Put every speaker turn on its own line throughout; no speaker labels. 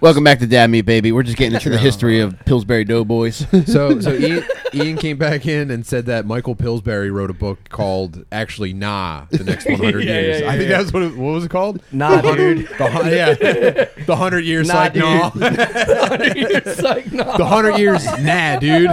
Welcome back to Dad Meat Baby. We're just getting
Oh,
into the history of Pillsbury Doughboys.
So, so Ian, Ian came back in and said that Michael Pillsbury wrote a book called "Actually Nah: The Next 100
Yeah, yeah,
Years."
yeah,
I think
yeah.
that's what it, what was it called?
Nah, dude.
The hun- yeah, the hundred years
Nah,
like
dude.
nah, the
it's like, nah.
hundred years nah, dude.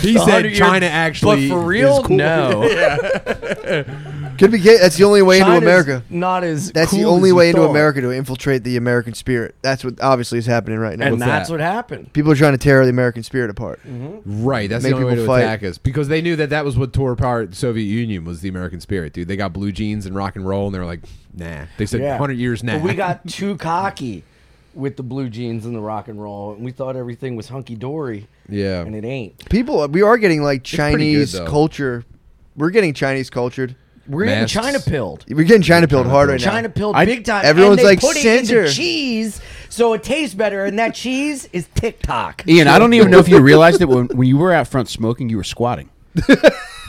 he said
100 years-
China
But
actually,
for real,
is cool.
no.
Could be gay. That's the only way
China's
into America.
Not as
That's the
cool
only
as you
way into
thought.
America to infiltrate the American spirit. That's what obviously is happening right now.
And that's
that? Mm-hmm.
what happened.
People are trying to tear the American spirit apart.
Right, that's the
Make
only way
people
to
fight.
attack us because they knew that that was what tore apart the Soviet Union was the American spirit, dude. They got blue jeans and rock and roll, and they were like, nah. They said
Yeah.
hundred years nah.
But we got too cocky with the blue jeans and the rock and roll, and we thought everything was hunky dory,
yeah.
and it ain't.
People, we are getting like
pretty good,
Chinese
though.
culture. We're getting Chinese cultured.
We're
Masks.
getting China pilled.
We're getting China pilled hard right now.
China pilled
I-
big time.
Everyone's
and they
like,
put it into
censor.
cheese, so it tastes better, and that cheese is TikTok.
Ian, I don't even know if you realized it, but when, when you were out front smoking, you were squatting.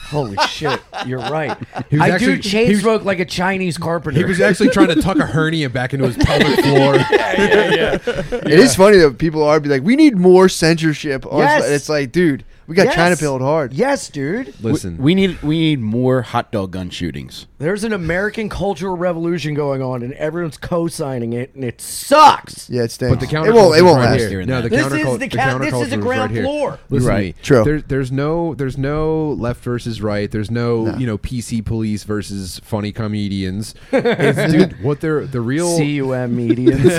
Holy shit, you're right.
was
I
actually-
do chain
he was-
smoke like a Chinese carpenter.
He was actually trying to tuck a hernia back into his pelvic floor.
It is funny that people are be like, we need more censorship. on
Yes.
and It's like, dude, we got
Yes.
China pilled hard.
Yes, dude.
Listen,
We need we need more hot dog gun shootings.
There's an American cultural revolution going on, and everyone's co-signing it, and it sucks.
Yeah, it stinks.
The
it won't. It
counterculture's
won't
right
last.
here. No, the
This is
countercul-
the ca- this is the
counterculture
ground
right here.
floor.
Listen
Right.
to me.
True.
There, there's no there's no left versus right. There's no, you know PC police versus funny comedians. It's, dude, what they're the real
CUM medians.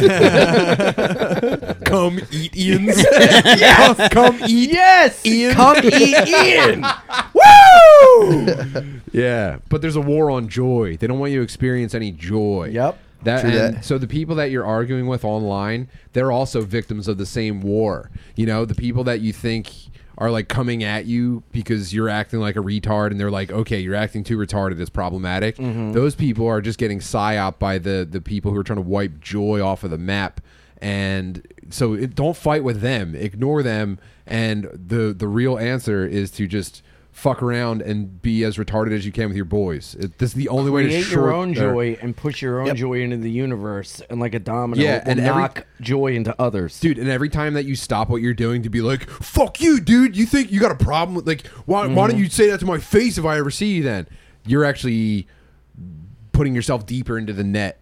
come eat Ian's. yes! come, eat.
yes,
Ian.
come eat Ian.
Yeah, but there's a war on joy. They don't want you to experience any joy.
Yep.
That,
True
and
that.
So the people that you're arguing with online, they're also victims of the same war. You know, the people that you think are like coming at you because you're acting like a retard and they're like, okay, you're acting too retarded. It's problematic.
Mm-hmm.
Those people are just getting psyoped by the, the people who are trying to wipe joy off of the map. And so it, don't fight with them. Ignore them. And the, the real answer is to just fuck around and be as retarded as you can with your boys. It, this is the only way to
Create
short
your own
or-
joy and push your own joy into the universe, and like a domino,
Yeah,
it will
and every-
knock joy into others.
Dude, and every time that you stop what you're doing to be like, fuck you, dude, you think you got a problem with, like, why, why
Mm-hmm.
don't you say that to my face if I ever see you then? You're actually putting yourself deeper into the net.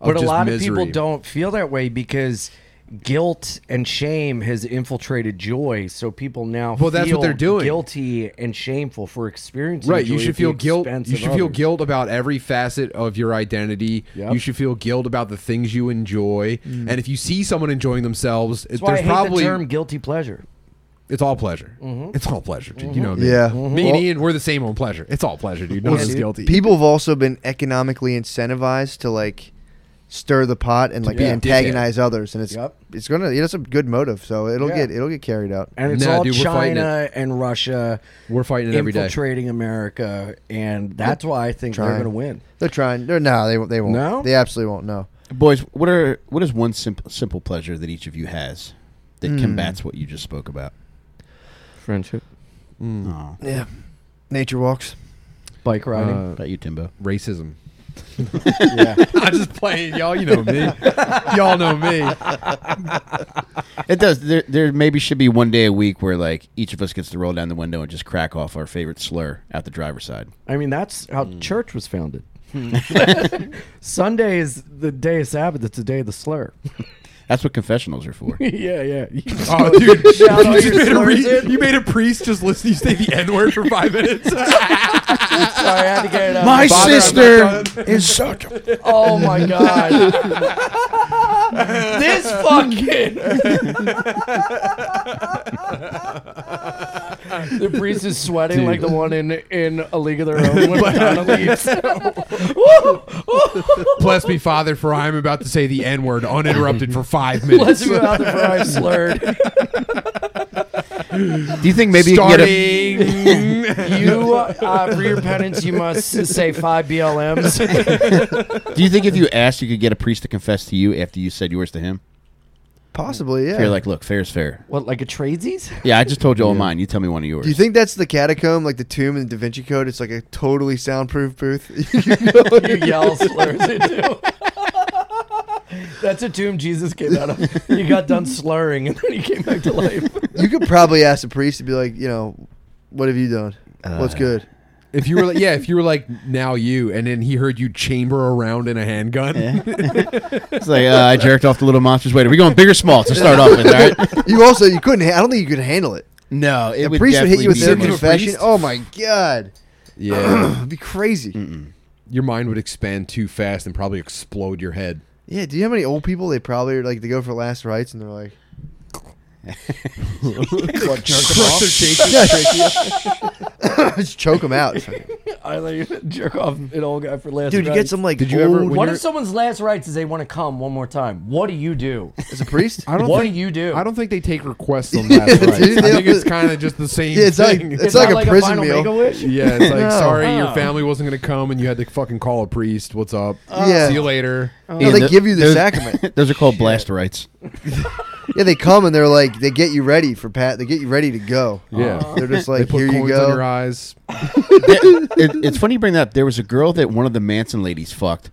Of
but a
just
lot of
misery.
people don't feel that way because guilt and shame has infiltrated joy. So people now
Well, that's what
feel
they're doing.
guilty and shameful for experiencing.
Right, you
joy at
should
the
feel guilt.
expense
You
of
should feel
others.
guilt about every facet of your identity.
Yep. Mm.
You should feel guilt about the things you enjoy. And if you see someone enjoying themselves,
That's why I
there's
hate
probably
the term Mm-hmm. guilty pleasure.
it's all pleasure. It's all pleasure, dude. You know, what I mean?
Yeah.
Me
Well-
and Ian, we're the same on pleasure. It's all pleasure, dude. No
Well,
one's
dude,
guilty.
People have also been economically incentivized to like stir the pot and like
be a
antagonize others, and it's
Yep.
it's gonna. It's a good motive, so it'll
Yeah.
get it'll get carried out.
And it's
Nah,
all
dude, we're fighting
China and Russia
We're fighting it every day.
infiltrating America, and that's why I think they're
Trying.
going to win.
They're trying. They're no. They won't- they won't.
No?
They absolutely won't. No.
Boys, what are what is one simple simple pleasure that each of you has
Hmm.
that combats what you just spoke about?
Friendship,
Oh,
Yeah. Nature walks.
bike riding.
Uh,
about you, Timbo.
racism.
yeah,
I'm just playing, y'all. You know me. y'all know me.
It does. There, there maybe should be one day a week where like each of us gets to roll down the window and just crack off our favorite slur out the driver's side.
I mean that's how
Hmm.
church was founded. Sunday is the day of Sabbath. It's the day of the slur.
That's what confessionals are for.
yeah, yeah.
Oh, dude. you,
Shout all
just
your
made a
slurs
re-
in.
you made a priest just listen. You say the N word for five minutes.
Sorry, I had to get it out.
My
Father, I'm
sister
not
is such. a...
oh my god. this fucking. the priest is sweating like the one in in A League of Their Own when Madonna leaves.
Bless me, Father, for I am about to say the N word uninterrupted for five minutes.
Let's go out there I slurred.
Do you think maybe you can get a,
Starting.
You, uh, for your penance, you must say five BLMs.
Do you think if you asked, you could get a priest to confess to you after you said yours to him?
Possibly. Yeah.
You're like, look, fair's fair.
What, like a tradesies?
Yeah, I just told you all mine. You tell me one of yours.
Do you think that's the catacomb, like the tomb in the Da Vinci Code? It's like a totally soundproof booth. You know?
You yell slurs into. That's a tomb Jesus came out of. He got done slurring and then he came back to life.
You could probably ask the priest to be like, you know, what have you done?
Uh.
What's good?
If you were like, yeah, if you were like now you, and then he heard you chamber around in a handgun.
It's like uh, I jerked off the little monsters. Wait, are we going big or small to start off with? All right.
You also you couldn't. ha- I don't think you could handle it.
No, it
The
would
priest would hit you with their
definitely be-
Circular
confession.
priest?
Oh my god,
yeah,
it'd be crazy.
your mind would expand too fast and probably explode your head.
Yeah. Do you know how many old people they probably are like they go for last rites and they're like,
What, jerk him
Crush
off?
their shakes.
just choke them out.
I let you jerk off an old guy for last
Dude, you get
rites.
some like.
Did you ever-
old-
when
What
you're-
if someone's last rites is they want to come one more time? What do you do?
as a priest?
I don't
What
think,
do you do?
I don't think they take requests on that. right.
dude,
I
they
think
don't-
it's kind of just the same
Yeah, it's like-
thing.
it's like
not
a prison
final
meal.
Make-A-Wish?
yeah, it's like
No.
sorry, your
Oh.
family wasn't going to come, and you had to fucking call a priest. What's up?
Yeah.
see you later.
No,
Ian,
they
th-
give you the
those-
sacrament.
Those are called blastarites.
Yeah, they come and they're like they get you ready for pat. They get you ready to go.
Yeah,
They're just
Uh-huh. they
like,
put
here
coins
you
on
go.
your eyes.
it, it's funny you bring that up. There was a girl that one of the Manson ladies fucked,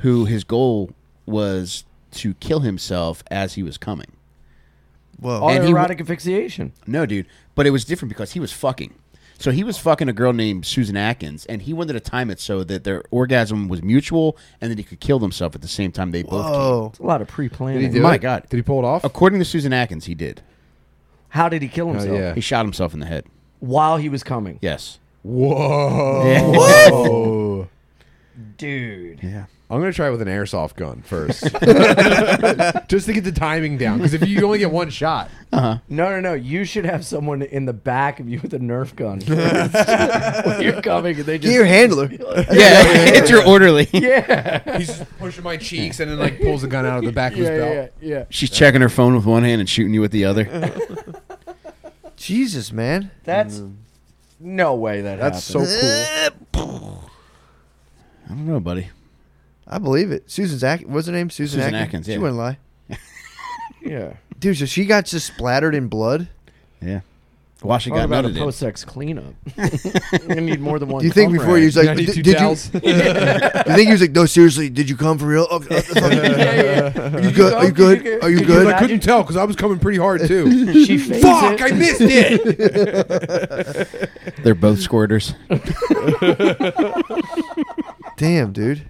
who his goal was to kill himself as he was coming.
Whoa.
And he w-
Autoerotic asphyxiation.
No, dude, but it was different because he was fucking. So he was fucking a girl named Susan Atkins, and he wanted to time it so that their orgasm was mutual, and that he could kill himself at the same time they both. Came.
Oh,
It's a lot of pre-planning.
do My it? God.
did he pull it off?
According to Susan Atkins, he did.
How did he kill
Oh,
himself?
yeah.
He shot himself in the head.
While he was coming.
Yes.
Whoa.
What?
Dude.
Yeah.
I'm gonna try it with an airsoft gun first, just to get the timing down. Because if you only get one shot,
No, no, no. You should have someone in the back of you with a Nerf gun. first. when you're coming, and they just
get your handler.
Yeah, it's your orderly.
Yeah,
he's just pushing my cheeks and then like pulls a gun out of the back of his belt.
yeah, yeah, yeah.
She's checking her phone with one hand and shooting you with the other.
Jesus, man.
That's no way that
That's
happened.
so cool.
I don't know, buddy.
I believe it. Susan's Atkins. What's her name? Susan,
Susan Atkins,
Atkins. She
yeah.
wouldn't lie.
yeah.
Dude, so she got just splattered in blood.
Yeah. Why she
Talk
got
about a
nutted in.
post-sex cleanup. you need more than one.
Do you think
cum
before
rag.
he was like,
I need
"Did-
two
did you? You
dowels.
think he was like, no, seriously, did you come for real? Oh, oh, oh,
yeah, yeah.
Are you good? Are you good? Are you
Did
good?
I couldn't tell because I was coming pretty hard too.
She fakes
Fuck! I
it.
missed it.
They're both squirters.
oh. Damn, dude.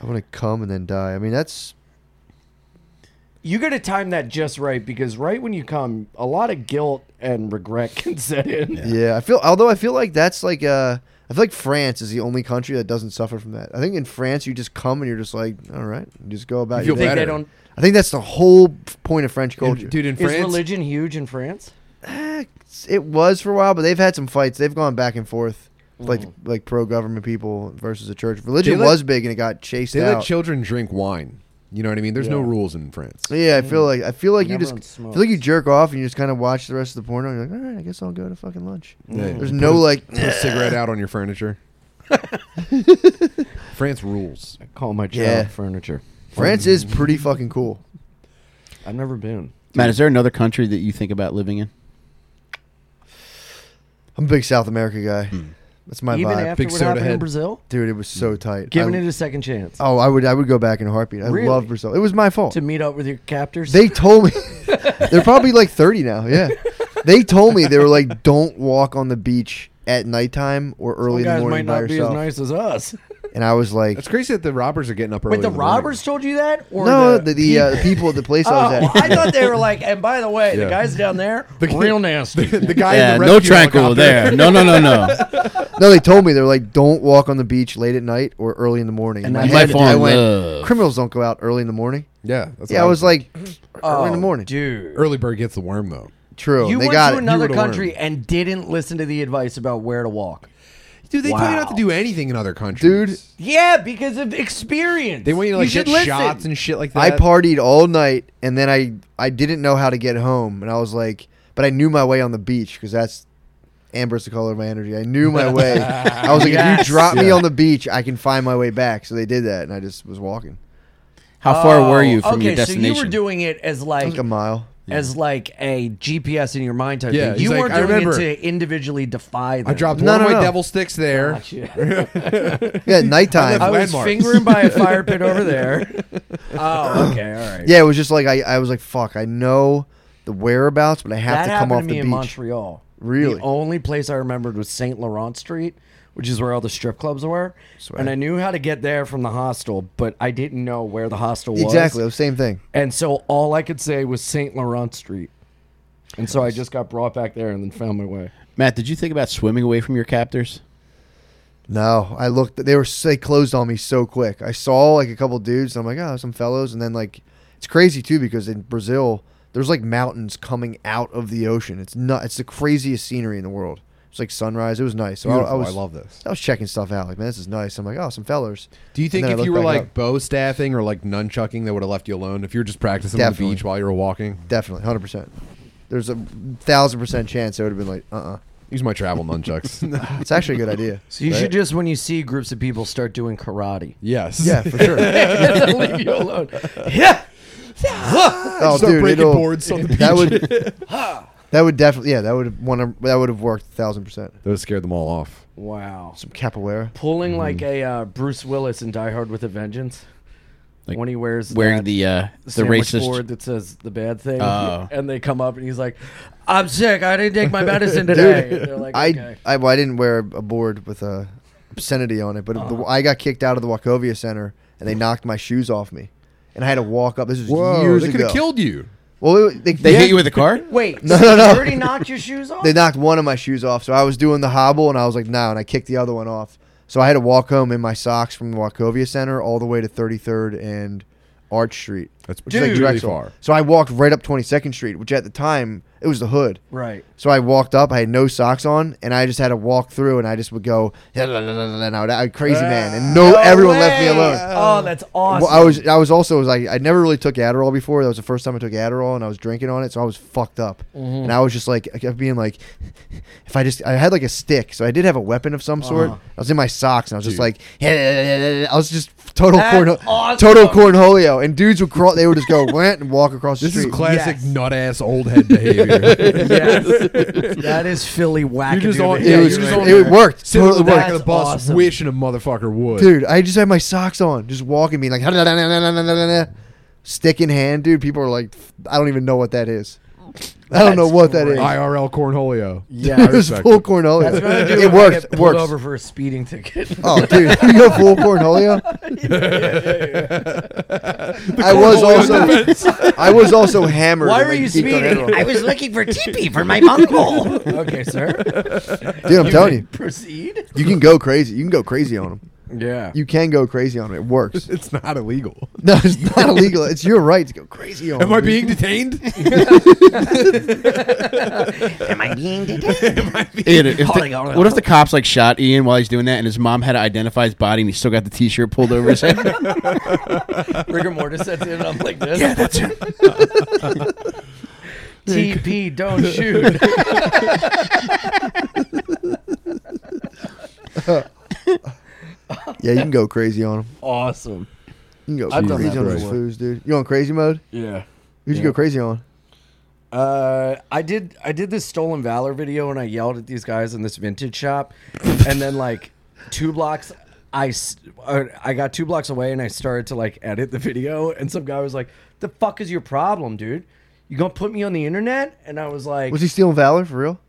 I want to come and then die. I mean, that's
You got to time that just right because right when you come, a lot of guilt and regret can set in.
yeah. I feel although I feel like that's like uh, I feel like France is the only country that doesn't suffer from that. I think in France you just come and you're just like, all right, you just go about.
You
your
feel
day.
Think
better.
they don't.
I think that's the whole point of French culture.
Dude, in
Is
France,
religion huge in France?
Eh, it was for a while, but they've had some fights. They've gone back and forth, like like pro government people versus the church. Religion
They let-
was big, and it got chased
they let
out.
children drink wine. You know what I mean? There's no
Yeah.
rules in France.
yeah, I feel like I feel like you
Never
just
on
I feel
smokes.
like you jerk off and you just kind of watch the rest of the porno. And you're like, all right, I guess I'll go to fucking lunch.
Yeah.
There's no like,
Put a cigarette out on your furniture. France rules.
I call my child
Yeah.
furniture.
France is pretty fucking cool.
I've never been.
Matt, is there another country that you think about living in?
I'm a big South America guy. That's my
Even
vibe,
after
Big
what
soda
happened in
head.
Brazil,
dude. It was so tight.
giving
I-
it a second chance
oh, I would I would go back in a heartbeat. I
Really?
love Brazil. It was my fault.
to meet up with your captors.
They told me they're probably like 30 now. Yeah. They told me they were like, don't walk on the beach at nighttime or early in the
guys
morning
might
by
not be as
yourself.
nice as us.
And I was like,
It's crazy that the robbers are getting up early.
Wait, the
in morning.
robbers told you that? Or
no,
the,
the, the, uh, the people at the place
oh,
I was at.
I thought they were like. And by the way,
Yeah.
the guys down there,
The-
real nasty.
The guy.
yeah,
in the
no
rescue
tranquil
helicopter.
there. No, no, no, no.
No, they told me they were like, don't walk on the beach late at night or early in the morning.
And
In
I
head,
might fall in
went,
love.
criminals don't go out early in the morning.
Yeah, that's
yeah,
what
I was like,
oh,
early in the morning.
dude.
early bird gets the worm though.
True.
you
they
went
got
to
it.
another
were the worm.
country and didn't listen to the advice about where to walk.
Dude, they tell you not to
Wow.
do anything in other countries.
Dude,
Yeah, because of experience.
they want you to like
should
get
listen.
shots and shit like that.
I partied all night and then I, I didn't know how to get home. And I was like, but I knew my way on the beach because that's amber's the color of my energy. I knew my way. I was like, if
Yes.
you drop me
Yeah.
on the beach, I can find my way back. So they did that. And I just was walking.
How far were
Oh,
you from
okay,
your destination?
so you were doing it as
It
like
was like a mile.
as like a GPS in your mind type
Yeah,
thing.
he's
You
like,
weren't
"I
doing
remember."
it to individually defy them.
I dropped
No,
one
no,
of my
no. Oh,
devil sticks there.
Gotcha.
Yeah, at nighttime.
I
I was
Landmarks.
fingering by a fire pit over there. Oh, okay, all right.
yeah, it was just like I, I was like, fuck, I know the whereabouts, but I have
that
to come
happened
off
to
the
me
beach.
in Montreal.
Really?
the only place I remembered was Saint Laurent Street, which is where all the strip clubs were. And I knew how to get there from the hostel, but I didn't know where the hostel was.
Exactly, the same thing.
And so all I could say was Saint Laurent Street. And so I just got brought back there and then found my way.
Matt, did you think about swimming away from your captors?
No, I looked. They were they closed on me so quick. I saw like a couple dudes. And I'm like, oh, some fellows, and then like it's crazy too because in Brazil there's like mountains coming out of the ocean. It's not. It's the craziest scenery in the world. It's like sunrise. It was nice. So I, I
Beautiful.
was.
I love this.
I was checking stuff out. Like, man, this is nice. I'm like, oh, some fellers.
Do you think
then I
if you
look
were
back
like
up.
bow staffing or like nunchucking, they would have left you alone? If you were just practicing on
Definitely.
the beach while you were walking,
Definitely, hundred percent. There's a thousand percent chance I would have been like, uh, uh
use my travel nunchucks.
It's actually a good idea.
So you should just, when you see groups of people, start doing karate.
yes.
Yeah, for sure.
Leave you alone. Yeah.
oh,
Start
dude,
breaking
it'll-
boards on the beach.
That would. that would definitely. Yeah, that would want to. That would have worked a thousand percent.
Those scared them all off.
Wow.
Some capoeira.
Pulling like a uh, Bruce Willis in Die Hard with a Vengeance.
Like,
when he wears
Wearing
that-
the uh, the
sandwich
racist
board that says the bad thing,
Oh.
and they come up and he's like, "I'm sick. I didn't take my medicine today." And they're like,
I
okay.
I, well, I didn't wear a board with a obscenity on it, but
Uh-huh.
the, I got kicked out of the Wachovia Center and they knocked my shoes off me, and I had to walk up. This was years
they could
ago.
have killed you.
well, it, they,
They
yeah,
hit you with a car.
Wait,
No,
no,
no,
no,
no.
You already knocked your shoes off.
They knocked one of my shoes off, so I was doing the hobble, and I was like, no, and I kicked the other one off. So I had to walk home in my socks from the Wachovia Center all the way to 33rd and Arch Street,
That's
which is like Drexel. So I walked right up 22nd Street, which at the time it was the hood.
right.
So I walked up. I had no socks on, and I just had to walk through, and I just would go, and I would act crazy man, and
Ah,
no, everyone left me alone.
Uh, Oh, that's awesome.
Well, I was, I was also was like, I never really took Adderall before. That was the first time I took Adderall, and I was drinking on it, so I was fucked up,
Mm-hmm.
and I was just like, I kept being like, if I just, I had like a stick, so I did have a weapon of some
Uh-huh.
sort. I was in my socks, and I was just like, I was just total
That's
corn,
awesome.
total cornholio, and dudes would crawl, they would just go went and walk across the
This
street.
is classic
Yes.
nut ass old head behavior.
yes. that is Philly whack.
You're just on-
it
Yeah,
was,
you're
just-
right.
it worked.
Sitting on the
Totally
back
worked.
of the bus,
awesome.
wishing a motherfucker would.
dude. I just had my socks on, just walking, being like stick in hand, dude. People are like, I don't even know what that is. I don't know
That's
what that
great.
is.
IRL cornholio.
Yeah.
It was
respect
full
it.
cornholio.
That's what I do
It
when I
works.
get
It
pulled
works.
over for a speeding ticket.
Oh, dude, you go full cornholio. I was also, I was also hammered.
Why
and,
are
like,
you
deep on
speeding?
Adderall.
was looking for TP for my uncle.
okay, sir.
Dude, I'm telling you,
Proceed.
you can go crazy. You can go crazy on them.
Yeah.
You can go crazy on them. It works.
It's not illegal.
No, it's not illegal. It's your right to go crazy on
Am
them.
I being detained?
Am I being detained?
Ian, if the,
Holy-
what if the cops like shot Ian while he's doing that, and his mom had to identify his body, and he still got the T-shirt pulled over his head?
Rigor mortis sets in. I'm like this. Yeah, that's TP, don't shoot.
Yeah, you can go crazy on them.
awesome.
You can go
I've done
crazy
that
on those
before.
foos, dude. You on crazy mode?
Yeah.
Who'd you go crazy on?
Uh, I did. I did this stolen valor video, and I yelled at these guys in this vintage shop, and then like two blocks, I s- uh, I got two blocks away, and I started to like edit the video, and some guy was like, "The fuck is your problem, dude? You gonna put me on the internet?" And I was like,
Was he stealing valor for real?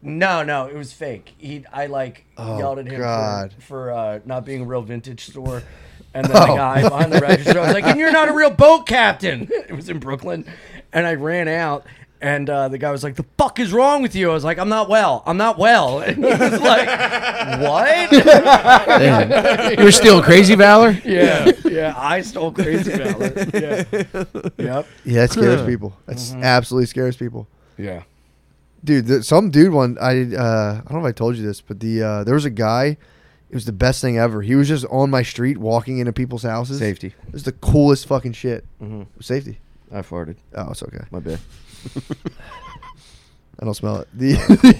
"No, no, it was fake. He, I like yelled at him
God.
for, for uh, not being a real vintage store." And then the guy behind the register, I was like, "And you're not a real boat captain." It was in Brooklyn, and I ran out. And uh, the guy was like, "The fuck is wrong with you?" I was like, "I'm not well. I'm not well." And he was like, "What?"
you were still crazy, Valor.
Yeah, yeah. I stole crazy valor. Yeah. Yep.
Yeah, that scares people. That
Mm-hmm.
absolutely scares people.
Yeah.
Dude, th- some dude one I uh, I don't know if I told you this, but the uh, there was a guy. It was the best thing ever. He was just on my street walking into people's houses.
Safety.
It was the coolest fucking shit. Safety.
I farted.
Oh, it's okay.
My bad.
I don't smell it. The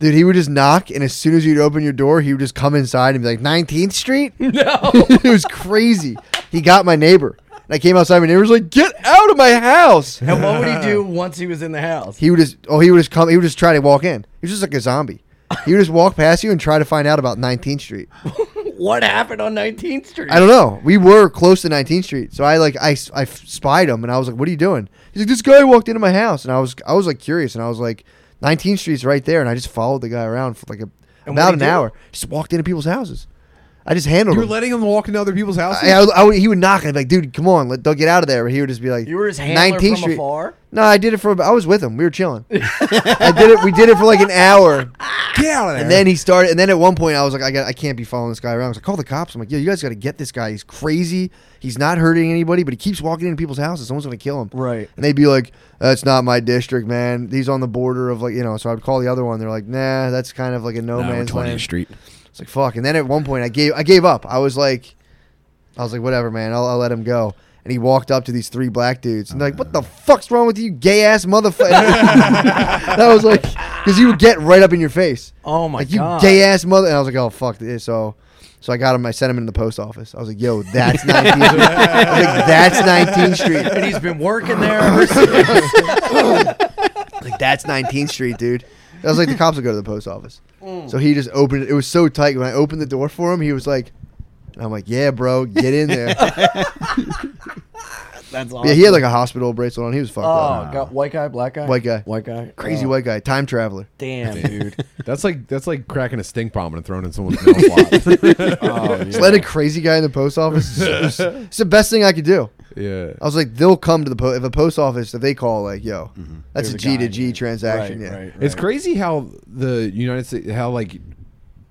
dude, he would just knock, and as soon as you'd open your door, he would just come inside and be like, "19th Street."
No.
it was crazy. He got my neighbor. And I came outside. My neighbor was like, "Get out of my house!"
And what would he do once he was in the house?
He would just, oh, he would just come. He would just try to walk in. He was just like a zombie. He would just walk past you and try to find out about 19th Street.
What happened on 19th Street?
I don't know. We were close to 19th Street, so I like I, s- I f- spied him and I was like, "What are you doing?" He's like, "This guy walked into my house," and I was I was like curious and I was like, "19th Street's right there," and I just followed the guy around for like a,
And what'd
about
he
an
do?
hour. Just walked into people's houses. I just handled
You were
him.
letting him walk into other people's houses.
I, I, I would- he would knock and I'd be like, "Dude, come on, let don't get out of there." But he would just be like,
You were his handler from afar?
No, I did it for. I was with him. We were chilling. I did it. We did it for like an hour.
Get out of there.
And then he started, and then at one point I was like, I, got, I can't be following this guy around. I was like, call the cops. I'm like, yo, you guys got to get this guy. He's crazy. He's not hurting anybody, but he keeps walking into people's houses. Someone's gonna kill him.
Right.
And they'd be like, that's not my district, man. He's on the border of like, you know. So I'd call the other one. They're like, nah, that's kind of like a no
Nah, we're
man's
20th
land.
Street.
It's like fuck. And then at one point I gave, I gave up. I was like, I was like, whatever, man. I'll, I'll let him go. And he walked up to these three black dudes, and they're like, "What the fuck's wrong with you, gay ass motherfucker?" that was like, because he would get right up in your face
Oh my
like
god!
you gay ass mother. And I was like, oh fuck. this. So, so I got him. I sent him in the post office. I was like, yo, that's 19th. Street. I was like, that's 19th Street.
and he's been working there. ever since.
Like that's 19th Street, dude. I was like, the cops will go to the post office.
Mm.
So he just opened it. It was so tight. When I opened the door for him, he was like. And I'm like, yeah, bro, get in there.
That's awesome.
yeah, he had like a hospital bracelet on. He was fucked
oh
up.
god, white guy, black guy,
White guy.
white guy,
Crazy
Oh,
white guy, time traveler.
Damn, dude.
that's like that's like cracking a stink bomb and throwing it in someone's mailbox.
Oh,
Just let a crazy guy in the post office. It's it's the best thing I could do.
yeah.
I was like, they'll come to the post if a post office that they call like, yo, that's
Mm-hmm. There's
a
a
G
guy
to
in
G
here.
transaction. yeah,
It's crazy how the United States, how like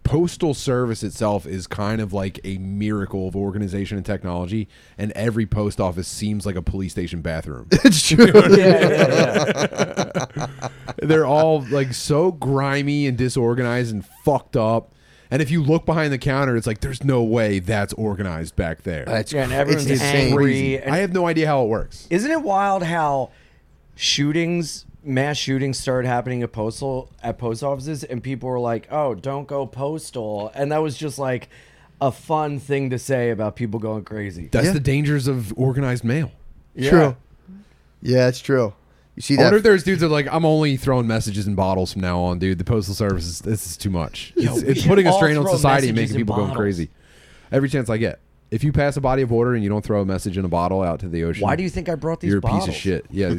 postal service itself is kind of like a miracle of organization and technology, and every post office seems like a police station bathroom.
it's true.
Yeah, yeah, yeah.
They're all like so grimy and disorganized and fucked up. And if you look behind the counter, it's like there's no way that's organized back there.
That's
Yeah, and
cr-
everyone's
it's insane.
angry. And
I have no idea how it works.
isn't it wild how shootings, mass shootings, started happening at postal at post offices, and people were like, "Oh, don't go postal," and that was just like a fun thing to say about people going crazy.
That's
Yeah.
the dangers of organized mail.
Yeah.
True. Yeah, it's true. You see
I wonder
that?
if there's dudes that are like, I'm only throwing messages in bottles from now on, dude. The postal service is this is too much. it's
we
it's
should
putting a
all
strain on
throw
society and
messages
making
in
people go
bottles.
crazy. Every chance I get. If you pass a body of water and you don't throw a message in a bottle out to the ocean,
Why do you think I brought these
you're a
bottles?
piece of shit? Yeah.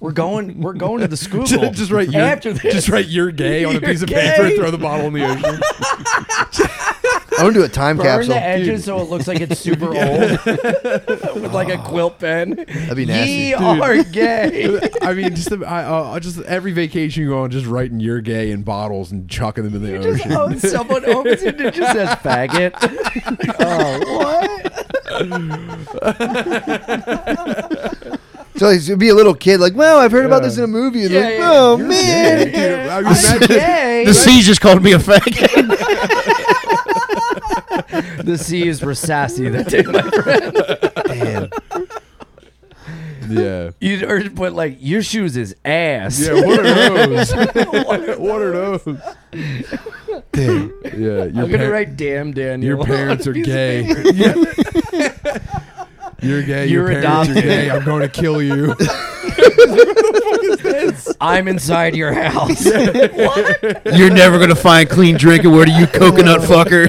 We're going. We're going to the school.
just write you're,
after this.
just write you're gay on a
You're
piece of paper
gay.
and throw the bottle in the ocean.
I'm gonna do a time
Burn
capsule.
the edges so it looks like it's super old with like a quilt pen. That'd
be nasty.
Ye
Dude.
are gay.
I mean, just the, I, uh, just every vacation you go on, just writing you're gay in bottles and chucking them in the
Just
ocean.
oh, someone opens it and it just says faggot. oh, what?
so it'd be a little kid like, "Wow, I've heard about this in a movie." And
Yeah,
like,
yeah,
"Oh
you're
man,
Dude, I mean,
I'm
imagine-
gay.
The sea just called me a fag.
The sea is Rassassi that day, my friend.
Damn.
yeah.
You or put like your shoes is ass.
Yeah, what are those? what are those?
Damn.
Yeah, your,
I'm gonna
par-
write damn Daniel.
your parents are
He's-
gay. Yeah. You're gay. your
You're
parents
adopted.
are gay. I'm going to kill you.
I'm inside your house.
You're never gonna find clean drinking water, you coconut fucker.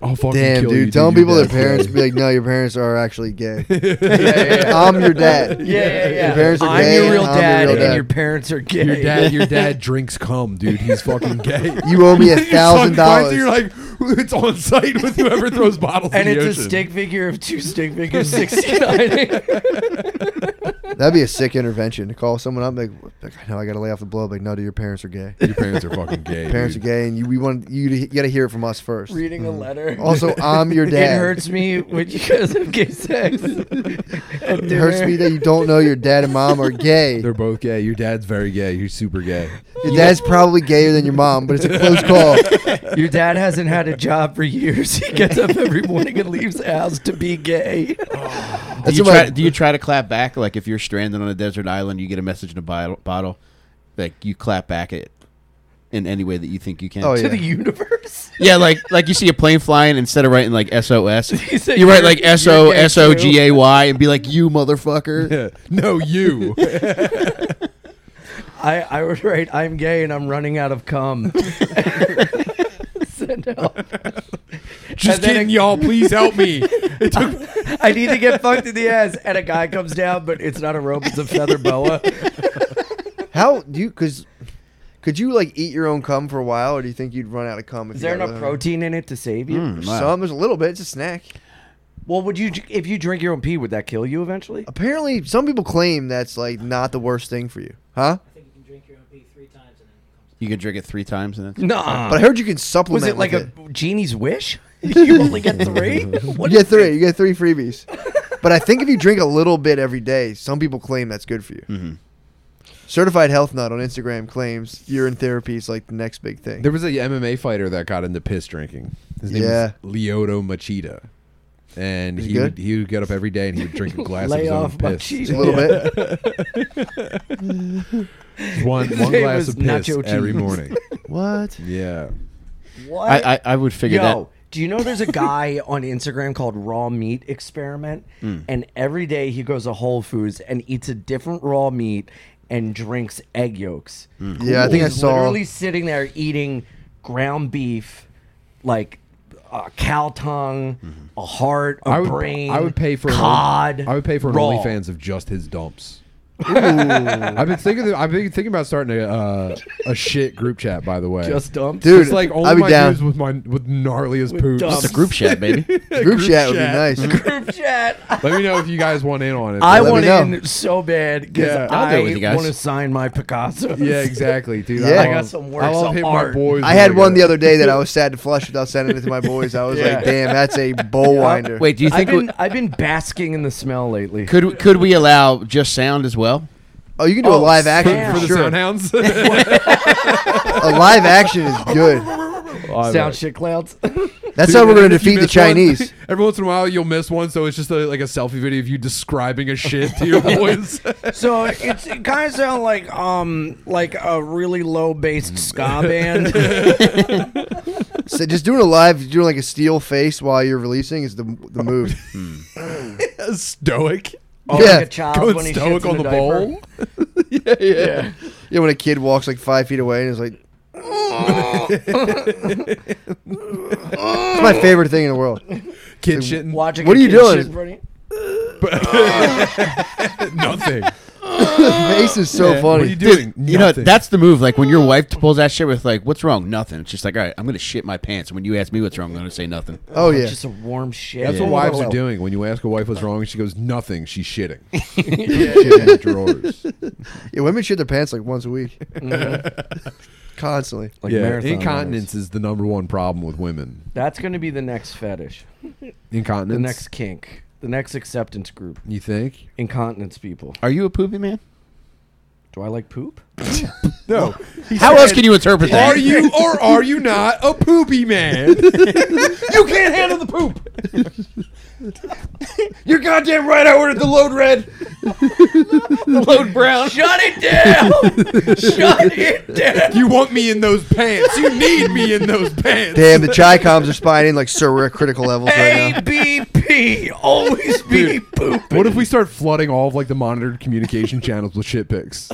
I'll fucking
Damn,
kill
dude.
you.
Telling
Your
people their
dad's gay.
parents be like, "No, your parents are actually gay."
yeah.
I'm your dad.
Yeah, yeah, yeah.
Your parents are
I'm
gay.
your real
I'm
dad,
your real
and
dad.
your parents are gay.
Your dad, your dad drinks cum, dude. He's fucking gay.
You owe me a
Your son finds it,
thousand dollars.
You're like, it's on site with whoever throws bottles.
and
in the
it's a
ocean.
stick figure of two stick figures, sixty nine.
That'd be a sick intervention to call someone up. Like, I know I gotta lay off the blow. but, Like, no, dude, your parents are gay.
Your parents are fucking gay.
parents are
dude.
gay, and you, we want you to you gotta hear it from us first.
Reading a letter.
Also, I'm your dad.
It hurts me when you guys have gay sex.
It hurts me that you don't know your dad and mom are gay.
They're both gay. Your dad's very gay. You're super gay.
Your dad's probably gayer than your mom, but it's a close call.
Your dad hasn't had a job for years. He gets up every morning and leaves the house to be gay.
Do
That's
you,
what
try,
I-
do you try to clap back? Like if you're stranded on a desert island, you get a message in a bottle, bottle like you clap back at it. in any way that you think you can.
Oh,
yeah.
to
Yeah.
the universe.
like like you see a plane flying instead of writing like SOS,
He said,
you write
"You're-
like
you're
S O
gay,
S O G A Y and be like you motherfucker.
no, you.
I, I would write, I'm gay and I'm running out of cum. Send help.
Just
And then
kidding,
it-
y'all. Please help me. It took
I need to get fucked in the ass. And a guy comes down, but it's not a rope, it's a feather boa.
How do you? Because could you like eat your own cum for a while, or do you think you'd run out of cum? If
Is
you
there
got
enough
rid of
protein in it to save you?
it?
Mm, wow.
Some, there's a little bit. It's a snack.
Well, would you, if you drink your own pee, would that kill you eventually?
Uh, Apparently, some people claim that's like not the worst thing for you, huh?
I think you can drink your own pee three times and then it comes.
You can drink it three times and then
Nah.
But I heard you can
Was
supplement.
it like
with
a genie's wish? you only get three? What
You get three. You get three freebies. but I think if you drink a little bit every day, some people claim that's good for you.
Mm-hmm.
Certified Health Nut on Instagram claims urine therapy is like the next big thing.
There was a MMA fighter that got into piss drinking. His name
Yeah.
was Lyoto Machida. And
Is he
he would,
good?
he would get up every day and he would drink a glass of
Lay
his own
off my
piss.
cheese.
a little bit.
One,
His
one
name
glass
was
of piss
Nacho
every
Cheese.
morning.
What?
Yeah.
What?
I, I I would figure that.
Yo, do you know there's a guy on Instagram called Raw Meat Experiment?
Hmm.
And every day he goes to Whole Foods and eats a different raw meat and drinks egg yolks.
Hmm.
Yeah, I think I
He's
saw.
literally sitting there eating ground beef, like a cow tongue,
Mm-hmm.
a heart, a
I would,
brain.
I would pay for an only-
cod.
I would pay for an
raw.
OnlyFans of just his dumps. I've been thinking. that- I've been thinking about starting a uh, a shit group chat. By the way,
Just dump.
Dude,
Just like only
I'd be
my
down.
dudes with my with gnarliest poops.
dumps.
It's a group chat, baby.
Group, chat would be nice.
Group chat.
Let me know if you guys want in on it.
I
Let me
want
know.
in so bad because
Yeah.
I'll do it with you
I
guys.
want to sign my Picasso.
Yeah, exactly, dude.
Yeah.
love-
I
got some works
I love
of
hitting my
art.
boys. uh,
I
when
had
they
one
go-
the other day that I was sad to flush without sending it to my boys. I was like, damn, that's a bowl winder.
Wait, do you
I've
think
been,
we,
I've been basking in the smell lately.
could could we allow just sound as well?
oh, you can do
Oh,
a live action
Sam.
for
for the
sure.
Soundhounds.
A live action is good.
uh,
Sound shit clouds.
That's how we're
And
going to
if you
defeat the
miss one-
Chinese.
every once in a while, you'll miss one, so it's just a, like a selfie video of you describing a shit to your boys.
so it's, it kind of sounds like um like a really low based ska band.
So just doing a live, doing like a steel face while you're releasing is the the move.
Hmm. stoic,
Oh,
Yeah.
like a child when
going
he
stoic
shits
on
in
the
a diaper.
bowl. yeah, yeah.
Yeah, when a kid walks like five feet away and is like, it's my favorite thing in the world.
Kid shitting.
Watching
What
a
are you
kid shit
doing?
in front of you.
Nothing.
Face is so
What are you
funny.
doing?
You know,
Nothing.
that's the move. Like when your wife pulls that shit with like, "What's wrong?" Nothing. It's just like, "All right, I'm gonna shit my pants." And when you ask me what's wrong, I'm gonna say nothing.
Oh yeah,
Just a warm shit.
That's what
Yeah.
wives are doing. When you ask a wife what's wrong, she goes, "Nothing." She's shitting. Shit in the drawers.
yeah. Women shit their pants like once a week, constantly.
Like
yeah,
marathon
incontinence is the number one problem with women.
runners. That's going to be the next fetish,
Incontinence.
the next kink, the next acceptance group.
You think?
Incontinence people.
Are you a poopy man?
Do I like poop?
No.
How else can you interpret that?
Are you or are you not a poopy man?
You can't handle the poop.
You're goddamn right. I ordered the load red.
load brown?
Shut it down. Shut it down.
You want me in those pants. You need me in those pants.
Damn, the chi coms are spying in like so we're at critical levels right now.
ABP. Always be poop.
What if we start flooding all of like the monitored communication channels with shit pics?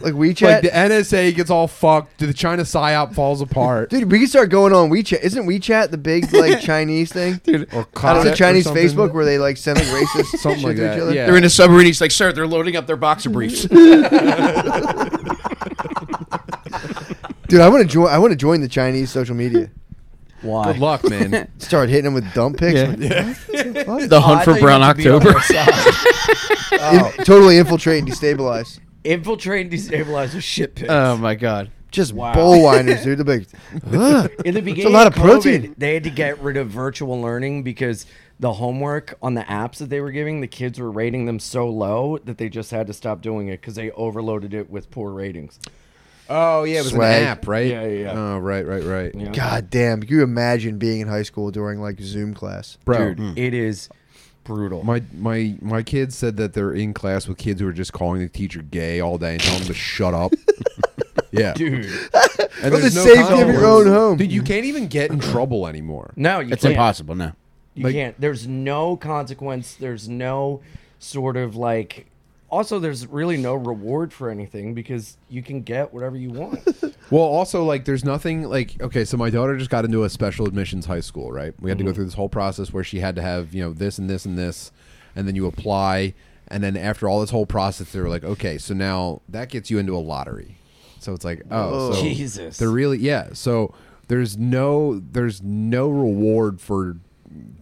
Like WeChat.
Like the NSA gets all fucked. The China psyop falls apart.
Dude, we can start going on WeChat. Isn't WeChat the big like Chinese thing? Dude,
Or
Out of
Kodak
the
or
Chinese
something.
Facebook where they like send like racist
Something
shit
like
to
that,
each other.
yeah.
They're in a submarine. He's like, "Sir, they're loading up their boxer briefs."
Dude, I want to join. I want to join the Chinese social media.
Why?
Good luck, man.
Start hitting them with dump pics. Like,
the
Oh,
hunt for brown October.
in- totally infiltrate and destabilize.
Infiltrate and destabilize with shit pics.
oh my god.
Just bowl winders, dude. The big. Ugh.
In the beginning,
lot of
COVID,
protein.
They had to get rid of virtual learning because the homework on the apps that they were giving, the kids were rating them so low that they just had to stop doing it because they overloaded it with poor ratings.
Oh yeah, it was
Swag.
an app, right?
Yeah, yeah, yeah.
Oh right, right, right.
Yeah.
God damn! Can you imagine being in high school during like Zoom class?
Bro,
Dude, it is brutal.
my my my kids said that they're in class with kids who are just calling the teacher gay all day and telling them to shut up. Yeah.
dude.
And
For the
there's
safety of your
consequences.
own home.
Dude, you can't even get in trouble anymore.
No, you
It's
can't.
impossible. No.
You
Like-
can't. There's no consequence. There's no sort of like. Also, there's really no reward for anything because you can get whatever you want.
Well, also, like, there's nothing like, okay, so my daughter just got into a special admissions high school, right? We had
Mm-hmm.
to go through this whole process where she had to have, you know, this and this and this, and then you apply. And then after all this whole process, they were like, okay, so now that gets you into a lottery. So it's like, oh, so
Jesus.
They're really, yeah. So there's no, there's no reward for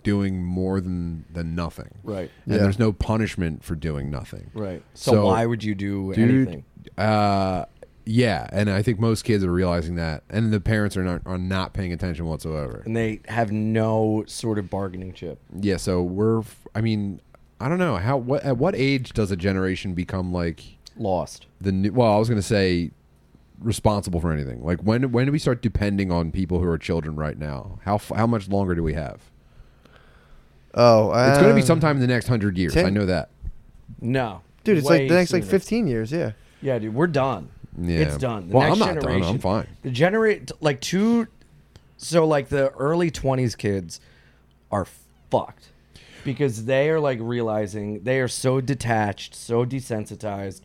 doing more than than nothing.
Right.
And
Yeah.
there's no punishment for doing nothing.
Right. So,
So-
why would you do anything?
Uh, yeah, and I think most kids are realizing that, and the parents are not are not paying attention whatsoever.
And they have no sort of bargaining chip.
Yeah, so we're. f- I mean, I don't know how. What at what age does a generation become like
Lost.
the new? Well, I was gonna say responsible for anything. Like when when do we start depending on people who are children right now? How f- how much longer do we have?
Oh,
It's gonna be
Um,
uh,
sometime in the next hundred years.
ten-
I know that.
No.
Dude, it's
Way
like the next like
sooner.
15 years, yeah.
Yeah, dude, we're done.
Yeah.
It's done. The
Well,
next
I'm not
generation,
done. I'm fine.
The generate like two so like the early 20s kids are fucked because they are like realizing they are so detached, so desensitized,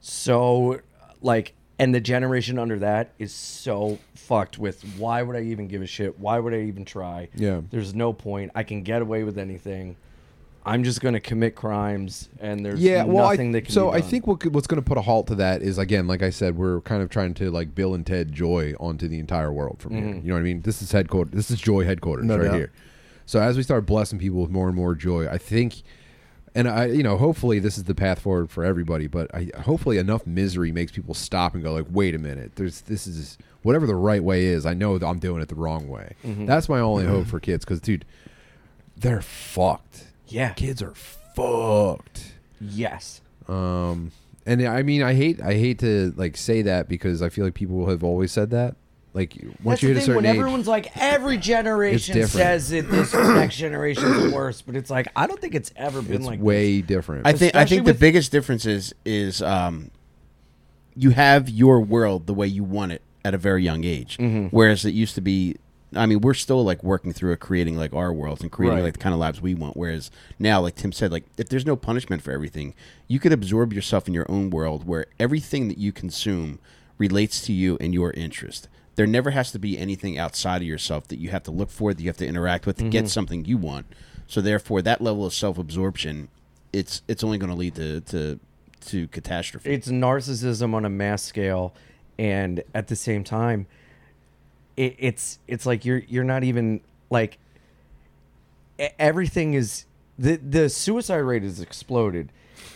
so like and the generation under that is so fucked with why would I even give a shit? Why would I even try?
Yeah.
There's no point. I can get away with anything. I'm just going to commit crimes and there's
yeah, well,
nothing
I,
that can
so
be
I
done.
think what could, what's going to put a halt to that is again, like I said, we're kind of trying to like Bill and Ted Joy onto the entire world from
Mm-hmm.
here. You know what I mean? This is headquarters. This is Joy headquarters
No
right
doubt.
here. So as we start blessing people with more and more joy, I think, and I, you know, hopefully this is the path forward for everybody. But I hopefully enough misery makes people stop and go like, wait a minute, there's this is whatever the right way is. I know that I'm doing it the wrong way.
Mm-hmm.
That's my only hope for kids because dude, they're fucked.
yeah.
Kids are fucked.
Yes.
Um, and I mean, I hate I hate to like say that because I feel like people have always said that. Like once
That's
you
the
hit a
thing,
certain
when
age,
everyone's like, every generation
different.
says that this next generation's worse, but it's like I don't think it's ever been
it's
like
way different.
I think I
Especially
think the
with-
biggest difference is is um, you have your world the way you want it at a very young age, whereas it used to be. I mean, we're still like working through it, creating like our worlds and creating
Right.
like the kind of lives we want. Whereas now, like Tim said, like if there's no punishment for everything, you could absorb yourself in your own world where everything that you consume relates to you and your interest. There never has to be anything outside of yourself that you have to look for, that you have to interact with to get something you want. So therefore, that level of self absorption it's it's only going to lead to to to catastrophe.
it's narcissism on a mass scale, and at the same time, it, it's it's like you're you're not even like e- everything is the the suicide rate has exploded,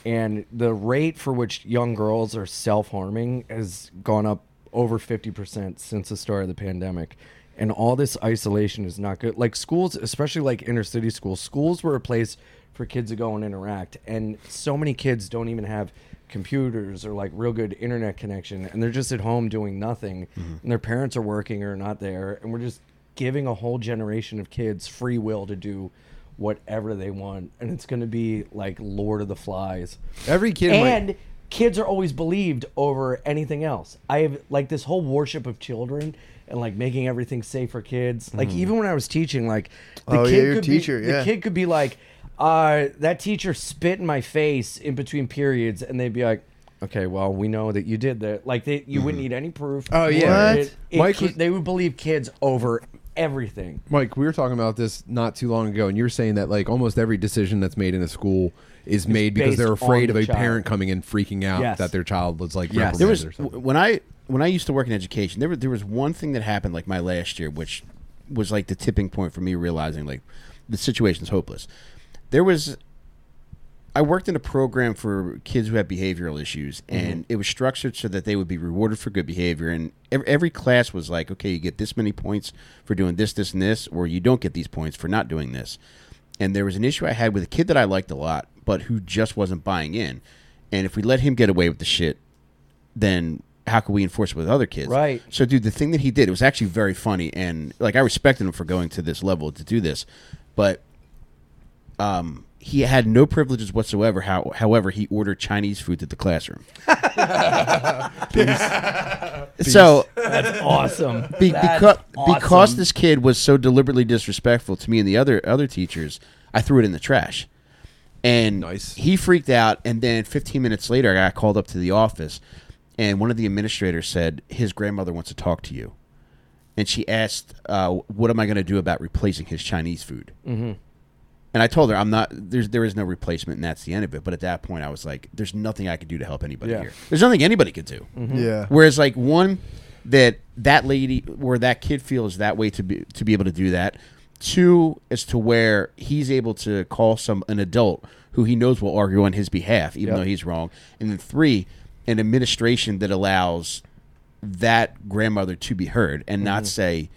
and the rate for which young girls are self harming has gone up over fifty percent since the start of the pandemic. And all this isolation is not good. Like schools, especially like inner city schools, schools were a place for kids to go and interact. And so many kids don't even have computers or like real good internet connection. And they're just at home doing nothing. And their parents are working or not there. And we're just giving a whole generation of kids free will to do whatever they want and it's going to be like lord of the flies
Every kid might-
and kids are always believed over anything else i have like this whole worship of children and like making everything safe for kids like
Mm.
even when i was teaching like the
Oh, yeah,
kid
your
could
teacher,
be, the
yeah.
kid could be like uh that teacher spit in my face in between periods and they'd be like okay well we know that you did that like they you wouldn't need any proof
Oh, yeah.
What?
It- it-
Mike
ki-
was-
they would believe kids over everything
Mike, we were talking about this not too long ago, and you're saying that like almost every decision that's made in a school is made because
based
they're afraid
on
of
the
a
child.
parent coming in freaking out
Yes.
that their child was like yes.
Yes.
there was
or something.
w- when I when I used to work in education, there were, there was one thing that happened like my last year, which was like the tipping point for me realizing like the situation's hopeless. There was I worked in a program for kids who had behavioral issues, and it was structured so that they would be rewarded for good behavior. And every, every class was like, okay, you get this many points for doing this, this, and this, or you don't get these points for not doing this. And there was an issue I had with a kid that I liked a lot, but who just wasn't buying in. And if we let him get away with the shit, then how can we enforce it with other kids?
Right.
So, dude, the thing that he did, it was actually very funny. And, like, I respected him for going to this level to do this. But um, he had no privileges whatsoever. How, however, he ordered Chinese food to the classroom. So
That's awesome.
be,
That's
because because
awesome.
this kid was so deliberately disrespectful to me and the other other teachers, I threw it in the trash. And
Nice.
he freaked out. And then 15 minutes later, I got called up to the office, and one of the administrators said his grandmother wants to talk to you, and she asked, uh, "What am I going to do about replacing his Chinese food?" Mm-hmm. And I told her, "I'm not. There's there is no replacement, and that's the end of it." But at that point, I was like, "There's nothing I could do to help anybody
Yeah.
here. There's nothing anybody could do."
Hmm.
Yeah.
Whereas like one that that lady where that kid feels that way to be to be able to do that. Two is to where he's able to call some an adult who he knows will argue on his behalf, even
Yep.
though he's wrong. And then three, an administration that allows that grandmother to be heard and
Mm-hmm.
not say,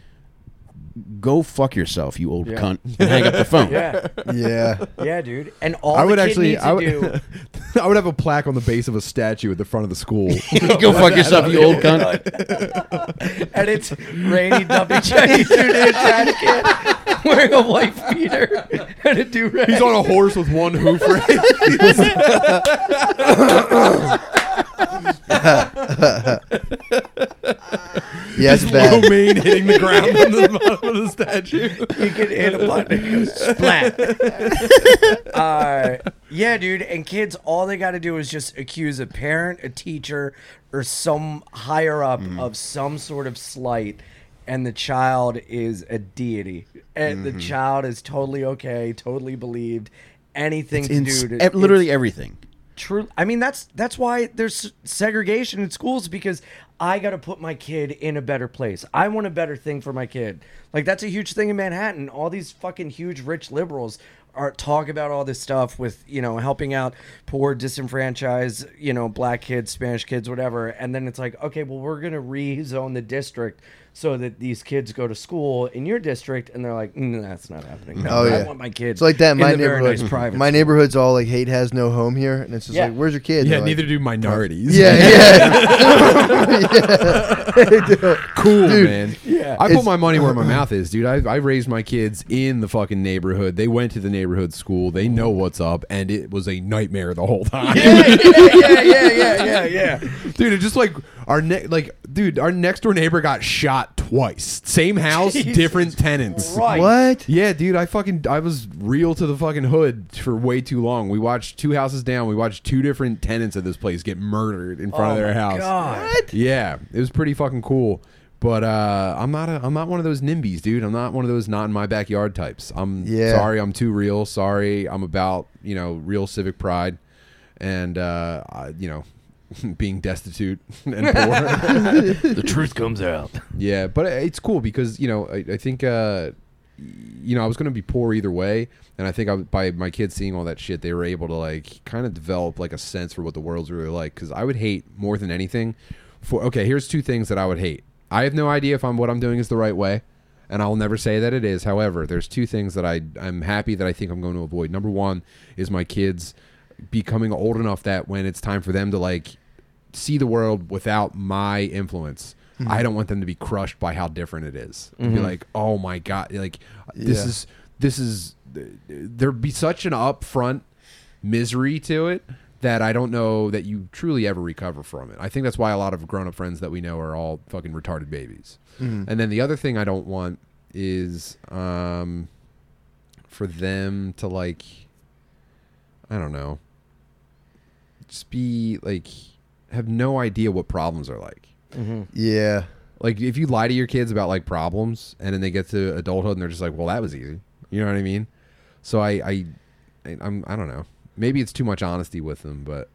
"Go fuck yourself, you old
Yeah.
cunt," and hang up the phone.
Yeah,
Yeah.
yeah, dude. And all
I
the
would
kid
actually,
needs to
I would,
do
I would have a plaque on the base of a statue at the front of the school.
Go fuck yourself, you old cunt.
and it's rainy dumpy Chinese dude in a trash can wearing a white beater and a do rag.
He's on a horse with one hoof. Right?
Yeah, it's
Low
bad.
mane hitting the ground on the bottom of the statue.
You can hit a button and it goes splat. uh, yeah, dude. And kids, all they got to do is just accuse a parent, a teacher, or some higher up
Mm-hmm.
of some sort of slight, and the child is a deity. And
Mm-hmm.
the child is totally okay, totally believed. Anything to
In
do to
s- literally everything.
True. I mean, that's that's why there's segregation in schools because I got to put my kid in a better place. I want a better thing for my kid. Like that's a huge thing in Manhattan. All these fucking huge rich liberals are talk about all this stuff with you know helping out poor disenfranchised you know black kids spanish kids whatever and then it's like okay well we're gonna rezone the district so that these kids go to school in your district and they're like mm, that's not happening no,
Oh,
i
yeah.
want my kids
It's like that. In my
the very
neighborhood.
nice private
my neighborhood's all like hate has no home here, and it's just
Yeah.
like, where's your kid?
Yeah,
They're like,
neither do minorities.
Yeah, yeah.
cool, man.
Yeah.
I
It's-
put my money where my mouth is, dude. I, I raised my kids in the fucking neighborhood. They went to the neighborhood school. They know what's up, and it was a nightmare the whole time.
yeah, yeah, yeah, yeah, yeah.
dude. It just like our ne- like, dude, our next door neighbor got shot twice. Same house, different tenants.
Right.
what?
Yeah, dude, I fucking I was real to the fucking hood for way too long. We watched two houses down. We watched two different tenants of this place get murdered in
Oh
front of their house.
Oh God.
Yeah, it was pretty fucking cool. But uh, I'm not a, I'm not one of those nimbies, dude. I'm not one of those not in my backyard types. I'm
Yeah.
sorry, I'm too real. Sorry, I'm about you know real civic pride, and uh, I, you know being destitute and poor.
the truth comes out.
yeah, but it's cool because you know I, I think uh, you know I was going to be poor either way, and I think I, by my kids seeing all that shit, they were able to like kind of develop like a sense for what the world's really like. Because I would hate more than anything. For okay, here's two things that I would hate. I have no idea if I'm what I'm doing is the right way, and I'll never say that it is. However, there's two things that I I'm happy that I think I'm going to avoid. Number one is my kids becoming old enough that when it's time for them to like see the world without my influence. I don't want them to be crushed by how different it is. And Be like, oh my god, like this
Yeah.
is this is there'd be such an upfront misery to it that I don't know that you truly ever recover from it. I think that's why a lot of grown up friends that we know are all fucking retarded babies. And then the other thing I don't want is um, for them to like, I don't know, just be like, have no idea what problems are like.
Yeah.
Like if you lie to your kids about like problems and then they get to adulthood and they're just like, well, that was easy. You know what I mean? So I, I, I I'm, I don't know. Maybe it's too much honesty with them, but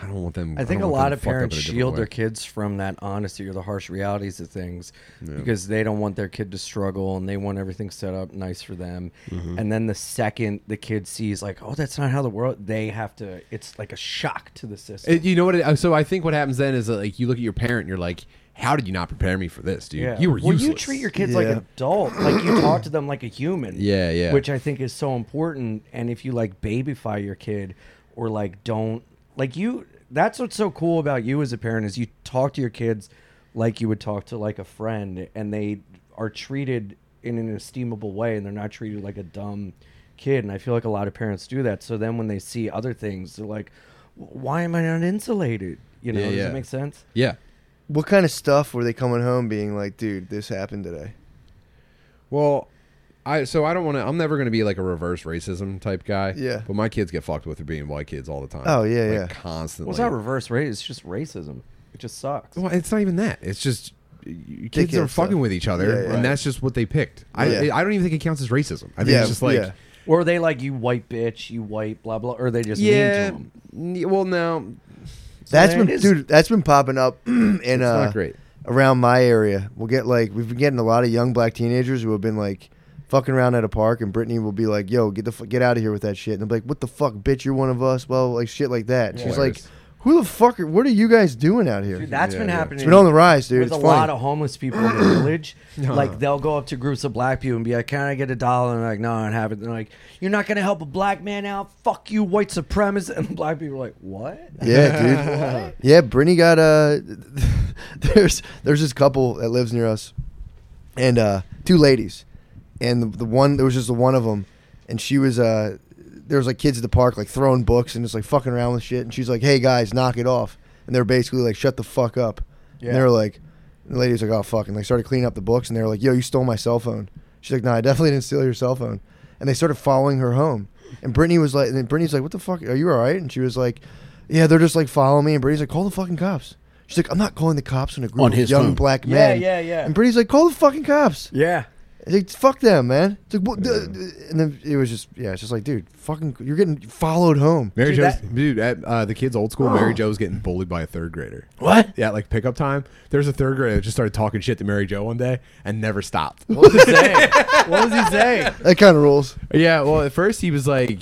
I don't want them.
I think a
don't want
lot
them
of
fucked up
parents
in a different
shield
way.
their kids from that honesty or the harsh realities of things because they don't want their kid to struggle and they want everything set up nice for them.
Mm-hmm.
And then the second the kid sees like, oh, that's not how the world, they have to. It's like a shock to the system.
It- Uh, you know what? It, so I think what happens then is that, like you look at your parent and you're like, how did you not prepare me for this, dude? You were
well,
useless.
you treat your kids like
Yeah.
an adult, like you talk to them like a human.
Yeah, yeah.
Which I think is so important. And if you like babyfy your kid, or like don't like you, that's what's so cool about you as a parent is you talk to your kids like you would talk to like a friend, and they are treated in an estimable way, and they're not treated like a dumb kid, and I feel like a lot of parents do that. So then when they see other things, they're like, "Why am I not insulated?" You know,
Yeah,
does
yeah.
that make sense?
Yeah.
What kind of stuff were they coming home being like, dude, this happened today?
Well, I so I don't want to. I'm never going to be like a reverse racism type guy.
Yeah.
But my kids get fucked with for being white kids all the time.
Oh, yeah,
like,
yeah.
Constantly.
Well, it's not reverse race; it's just racism. It just sucks.
Well, it's not even that. It's just y- kids
Dickhead
are fucking
stuff.
with each other,
Yeah, yeah.
and
Right.
that's just what they picked. I
Yeah.
I don't even think it counts as racism. I think
Yeah,
it's just like
yeah.
Or are they like you white bitch, you white blah blah, or are they just mean to them?
n- Well, no,
That's
there
been
it is.
dude. That's been popping up in
it's
uh,
not great.
around my area. We'll get like we've been getting a lot of young black teenagers who have been like fucking around at a park, and Brittany will be like, "Yo, get the f- get out of here with that shit," and they'll be like, "What the fuck, bitch? You're one of us." Well, like shit like that. She's like,
Hilarious.
"Who the fuck? Are, what are you guys doing out here?"
Dude, that's
Yeah,
been
yeah.
happening.
it's been on the rise, dude.
There's
It's
a
funny.
lot of homeless people in the village. Like they'll go up to groups of black people and be like, "Can I get a dollar?" And they're like, "No, I don't have it." And they're like, "You're not gonna help a black man out? Fuck you, white supremacist!" And the black people are like, "What?"
Yeah, dude. yeah, Brittany got uh there's there's this couple that lives near us, and uh two ladies, and the, the one there was just the one of them, and she was uh there was like kids at the park like throwing books and just like fucking around with shit, and she's like, hey guys, knock it off, and they're basically like, shut the fuck up, and they
Yeah.
were like, and the lady was like, oh fuck, and they started cleaning up the books, and they were like, yo, you stole my cell phone. She's like, no, I definitely didn't steal your cell phone, and they started following her home. And Brittany was like, and then Brittany's like, what the fuck? Are you all right? And she was like, yeah, they're just like following me. And Brittany's like, call the fucking cops. She's like, I'm not calling the cops on a group
On
of
his
young
phone.
black
Yeah,
men.
yeah, yeah.
And Brittany's like, call the fucking cops.
Yeah,
It's Like, fuck them, man. It's like, what, the- and then it was just, yeah, it's just like, dude, fucking, you're getting followed home.
Mary
Dude,
Jo's
that-
dude at uh, the kids old school. Mary Jo's getting bullied by a third grader.
What?
Yeah, like pickup time. There's a third grader that just started talking shit to Mary Jo one day and never stopped.
what was he saying? what was he saying?
That kind of rules.
Yeah, well, at first he was like,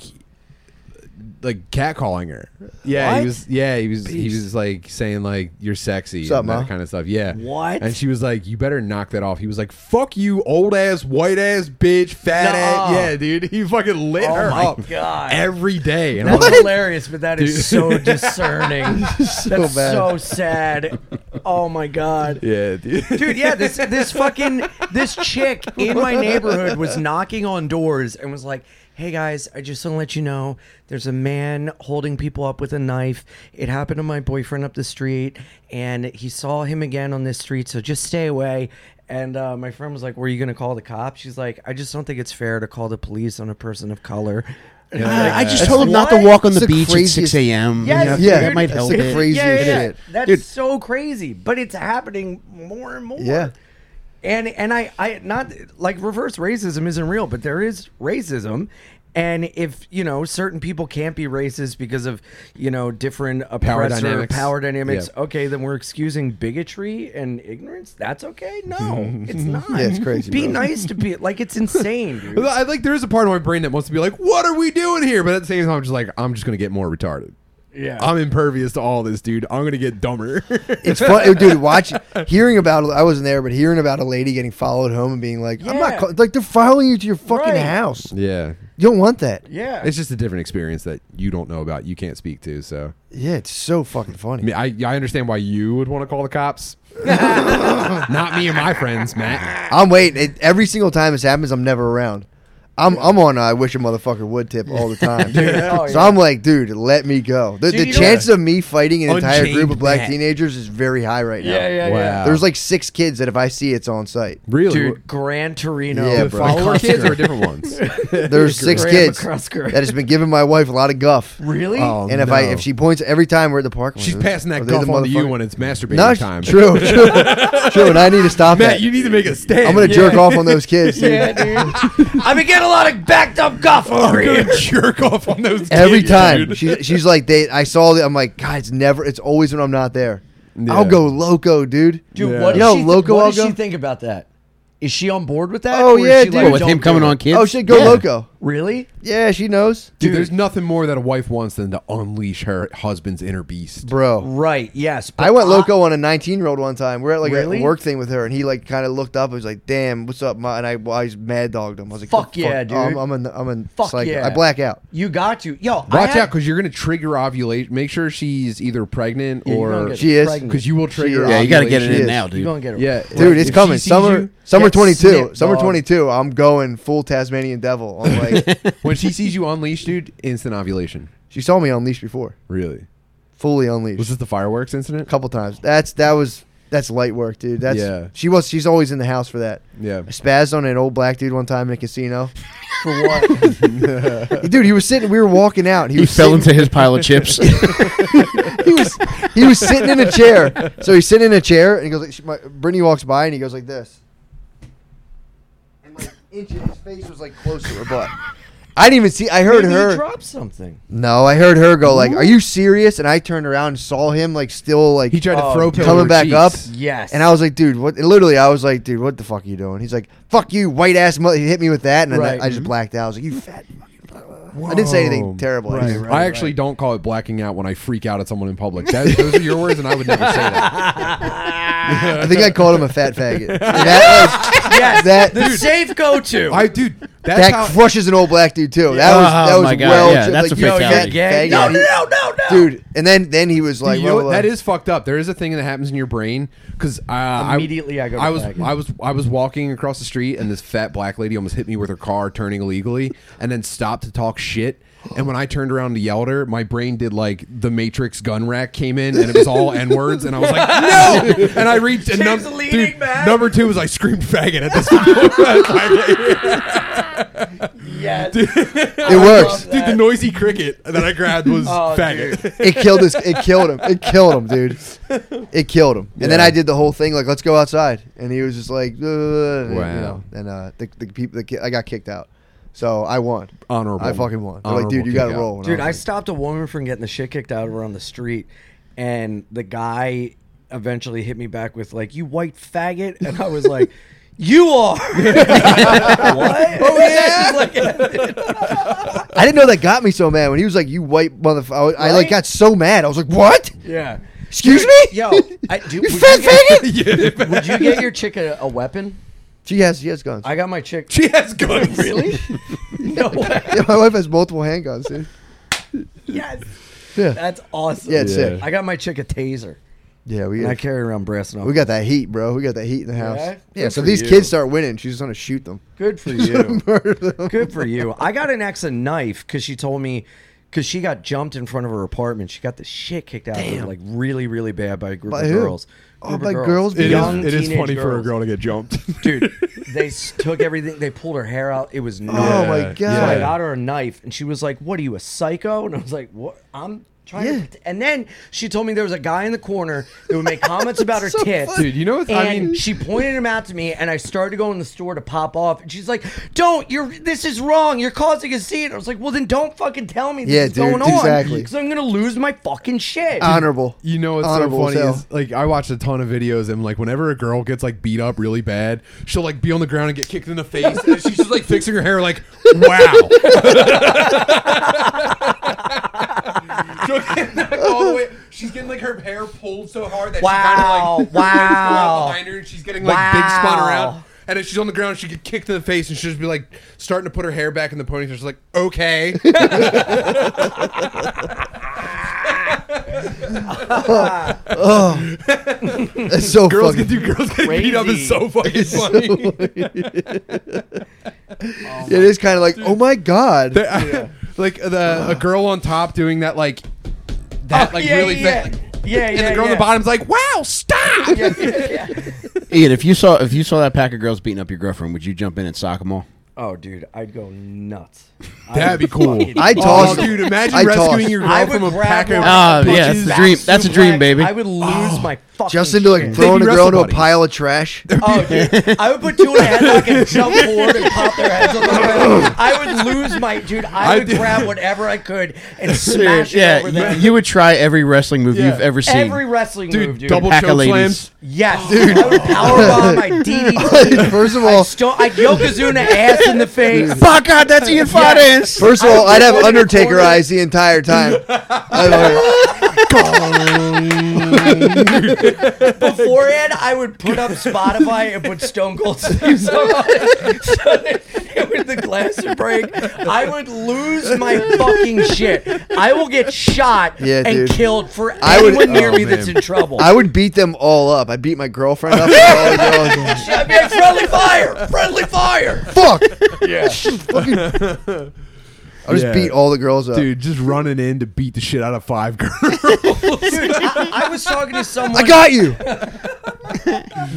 like catcalling her. Yeah,
What?
he was. Yeah, he was. He was like saying like you're sexy
Sup,
and that
ma?
kind of stuff. Yeah.
What?
And she was like, "You better knock that off." He was like, "Fuck you, old ass, white ass, bitch, fat ass."
Nuh-uh.
Yeah, dude. He fucking lit
Oh
her
my
up
God.
every day. And I
That's
was like,
hilarious, but that is
Dude.
so discerning. That's
bad.
so sad. Oh my god.
yeah, dude.
Dude, yeah, this this fucking this chick in my neighborhood was knocking on doors and was like, "Hey guys, I just want to let you know there's a man holding people up with a knife. It happened to my boyfriend up the street, and he saw him again on this street. So just stay away." And uh, my friend was like, "Were you gonna call the cops?" She's like, "I just don't think it's fair to call the police on a person of color." And I'm like,
Uh, I
uh,
just
"What?"
told him not to walk on
It's
the
the
beach at
craziest-
6 a.m.
Yes,
You know,
Yeah,
that might
it's
help
the
it.
craziest
yeah, yeah, yeah.
shit.
That's
Dude.
so crazy, but it's happening more and more.
Yeah.
And and I I not like reverse racism isn't real, but there is racism. And if you know certain people can't be racist because of you know different oppressor power dynamics,
dynamics. Yeah.
okay, then we're excusing bigotry and ignorance. That's okay. No, it's not.
Yeah, it's crazy,
Be
bro.
nice to be like it's insane, dude.
I like there is a part of my brain that wants to be like, "What are we doing here?" But at the same time, I'm just like, I'm just gonna get more retarded.
Yeah.
I'm impervious to all this, dude. I'm gonna get dumber.
It's fun, dude. Watch, hearing about. I wasn't there, but hearing about a lady getting followed home and being like, "I'm not
Yeah.
call-, like they're following you to your fucking
Right.
house. You
yeah,
don't want that."
yeah.
it's just a different experience that you don't know about, you can't speak to. So,
Yeah, it's so fucking funny.
I mean, I, I understand why you would want to call the cops. Not me and my friends, Matt.
I'm waiting. It, every single time this happens, I'm never around. I'm I'm on. uh, I wish a motherfucker would tip all the time.
Oh,
So
yeah.
I'm like, dude, let me go. The,
Dude,
the
you know
chances of me fighting an entire
Unchained
group of black
Matt.
teenagers is very high right now.
yeah, yeah, yeah.
Wow.
There's like six kids that if I see, it's on site.
Really?
Dude, Gran Torino.
Yeah,
the
bro.
follower kids are different ones.
There's six
Graham
kids
McCrusker.
that has been giving my wife a lot of guff.
Really?
Oh,
and if I
no.
if she points every time we're at the park, I'm
she's
like,
passing
are
that
they the
guff on to you
motherfucker-
when it's masturbating
No, sh-
time.
true, true, true. And I need to stop
Matt,
that.
you need to make a stand.
I'm gonna jerk off on those kids. dude.
Yeah, dude. I've been getting a lot of backed up guff over
I'm
here.
gonna jerk off on those
Every
kids,
time
dude.
she, she's like, "They." I saw that. I'm like, God, it's never. It's always when I'm not there.
Yeah.
I'll go loco, dude.
Dude,
Yeah.
what,
You know,
does she,
loco
what does
I'll
she
go?
think about that? Is she on board with that?
Oh,
Or is
yeah,
she
dude.
Oh, with
"Don't
him
do
coming
it"?
on kids?
Oh shit, go
Yeah.
loco.
Really?
Yeah, she knows,
Dude, there's nothing more that a wife wants than to unleash her husband's inner beast.
bro.
Right, yes. but
I went loco on a 19 year old one time. We're at like
Really?
a work thing with her, and he like kind of looked up and was like, "Damn, what's up?" Ma? And I, well, I just mad dogged him. I was like,
Fuck
"The
yeah,
Oh, I'm,
dude.
I'm an I'm an
Fuck
psycho.
yeah.
I black out.
You got to. Yo, I
Watch
had-
out, because you're gonna trigger ovulation. Make sure she's either pregnant
Yeah, you're gonna
or
get
She is.
pregnant.
because you will trigger.
is.
Yeah, you got to get it
She
in
is.
now,
You're
dude.
going to get it.
Yeah,
Dude, it's coming. Summer, summer
Get
22.
snipped,
summer
dog.
22. I'm going full Tasmanian devil. I'm Like
when she sees you unleashed, dude, instant ovulation.
she saw me unleashed before,
Really?
fully unleashed.
Was this the fireworks incident?
a couple times. That's that was that's light work, dude. That's
Yeah.
she was she's always in the house for that.
Yeah.
I spazzed on an old black dude one time in a casino. For what? dude, he was sitting we were walking out. and He,
He
was
fell
sitting,
into his pile of chips.
he was he was sitting in a chair. So he's sitting in a chair and he goes like she, my, Brittany walks by and he goes like this. And like inches his face was like close to her butt. I didn't even see I heard
Maybe
her
He dropped something.
No, I heard her go like, "Are you serious?" And I turned around and saw him like still like
He tried to
Oh,
throw
dude.
pillow
Coming back up?
Yes.
And I was like, dude, what? and literally, I was like, dude, what the fuck are you doing? He's like, fuck you, white ass mother. He hit me with that, and then
Right.
I, I just blacked out. I was like, you fat. fucking blah, blah, blah. I didn't say anything terrible. I just-
I actually don't call it blacking out when I freak out at someone in public. That, those are your words, and I would never say that.
I think I called him a fat faggot. And that was,
yes.
that
the safe go to.
I, dude, that's
that
how.
crushes an old black dude too. That was
Oh,
that was
my God.
well.
Yeah,
ju-
that's
like,
a
you fat
fatality.
faggot.
No, no, no, no, no.
dude. And then then he was like,
you know
blah,
what?
blah,
That
blah.
is fucked up. There is a thing that happens in your brain because uh,
Immediately I go to
I was
faggot.
I was I was walking across the street and this fat black lady almost hit me with her car turning illegally and then stopped to talk shit. And when I turned around to yell at her, my brain did like the Matrix gun rack came in and it was all n words and I was like no. And I reached and num- dude, number two was I screamed faggot at this.
yes.
it works.
dude, the noisy cricket that I grabbed was
Oh,
faggot.
It killed his. It killed him. It killed him, dude. It killed him. And then
Yeah.
I did the whole thing, like let's go outside, and he was just like, "Uh," and, you
Wow.
know, and uh, the, the people, the ki- I got kicked out, so I won.
Honorable.
I fucking won. They're like,
Honorable
dude, you got to
kick out.
roll. And
Dude, I
was
stopped a woman from getting the shit kicked out of her on the street, and the guy eventually hit me back with like, "You white faggot," and I was like. You are what? Oh yeah!
like- I didn't know that got me so mad when he was like, "You white motherfucker." I like
Right?
got so mad. I was like, "What?
yeah.
Excuse
Dude,
me?
Yo, I, dude,
you
would
fat
get-
faggot?"
Would you get your chick a, a weapon?
She has, she has guns.
I got my chick.
She has guns.
Really? no. way.
yeah, my wife has multiple handguns, dude.
Yes.
Yeah,
That's awesome.
yeah, it's sick.
I got my chick a taser.
Yeah, we
And I
got,
carry around brass knuckles.
we got that heat, bro. We got that heat in the house.
Yeah?
Yeah.
Good
so
for
if these
you.
kids start winning, she's just gonna shoot them.
Good for you. Good for you. I got an axe and knife because she told me because she got jumped in front of her apartment. She got the shit kicked out of her like really, really bad by a group
By
of
who?
girls.
Oh,
Group of
by girls? It is-
young
it is
teenage
funny for a
girls.
girl to get jumped.
Dude, they s- took everything. They pulled her hair out. It was gnarly.
Oh my
Yeah,
god!
So I
yeah.
got her a knife, and she was like, "What are you, a psycho?" And I was like, "What? I'm trying."
Yeah.
to... And then she told me there was a guy in the corner that would make comments about her tits.
Dude, you know what-
And
I mean-
she pointed him out to me, and I started to go in the store to pop off. And she's like, "Don't! You're this is wrong. You're causing a scene." I was like, "Well, then don't fucking tell me this
Yeah,
is
dude,
going on,
exactly.
Because I'm gonna lose my fucking shit."
Honorable.
You know what's so
Honorable
funny
as hell.
is like I watched a ton of videos and like whenever a girl gets like beat up really bad, she'll like be on the ground and get kicked in the face and she's just like fixing her hair like wow. She'll get knocked all the way- She's getting like her hair pulled so hard that
Wow,
she kind of like
wow.
behind her and she's getting like big spun
Wow.
around. And if she's on the ground, she get kicked in the face and she'll just be like starting to put her hair back in the ponytail. She's like, okay.
That's so
girls
fucking.
get dude, girls get beat up is so fucking funny.
it is kind of like, oh my god.
like the a girl on top doing that like that like
yeah,
really
yeah,
fast.
yeah,
and
yeah,
the girl on
yeah.
the bottom's like, "Wow, stop!"
Ian, if you saw if you saw that pack of girls beating up your girlfriend, would you jump in and sock them all?
Oh, dude, I'd go nuts.
That'd be cool.
I
Oh,
tossed
dude, imagine
I
rescuing
tossed.
your
I
girl
would
from a
grab
pack of.
one.
Oh, yeah,
punches.
that's the dream. That's a dream, baby.
I would lose my fucking.
Just into like
shit.
throwing a
They'd Oh, be
girl into a
wrestle
pile of trash.
Oh, dude, I would put two in a headlock and jump forward and pop their heads on the ground. I would lose my dude. I
I
would
did-
grab whatever I could and smash it
yeah,
over them.
you, you would try every wrestling move
Yeah.
you've ever seen.
Every wrestling move,
dude,
dude.
double
Pack of
choke
ladies.
slams.
yes, dude. I would powerbomb. I DDT.
First of
I
all,
sto- I'd Yokozuna ass in the face.
Fuck God, that's Ian Fadens.
first of all,
I
I'd have
would-
Undertaker eyes the entire time. I'd be like,
Beforehand, I would put up Spotify and put Stone Cold Steve Song on it, so that it would, the glass would break. I would lose my fucking shit. I will get shot
Yeah,
and
dude.
killed for
I would-
anyone near
Oh,
me
man.
that's in trouble.
I would beat them all up. I beat my girlfriend up. I'd all yell at them,
I'd be like, friendly fire, friendly fire.
Fuck. Yeah. Fucking. I just
Yeah.
beat all the girls up.
Dude, just running in to beat the shit out of five girls.
Dude, I, I was talking to someone.
I got you.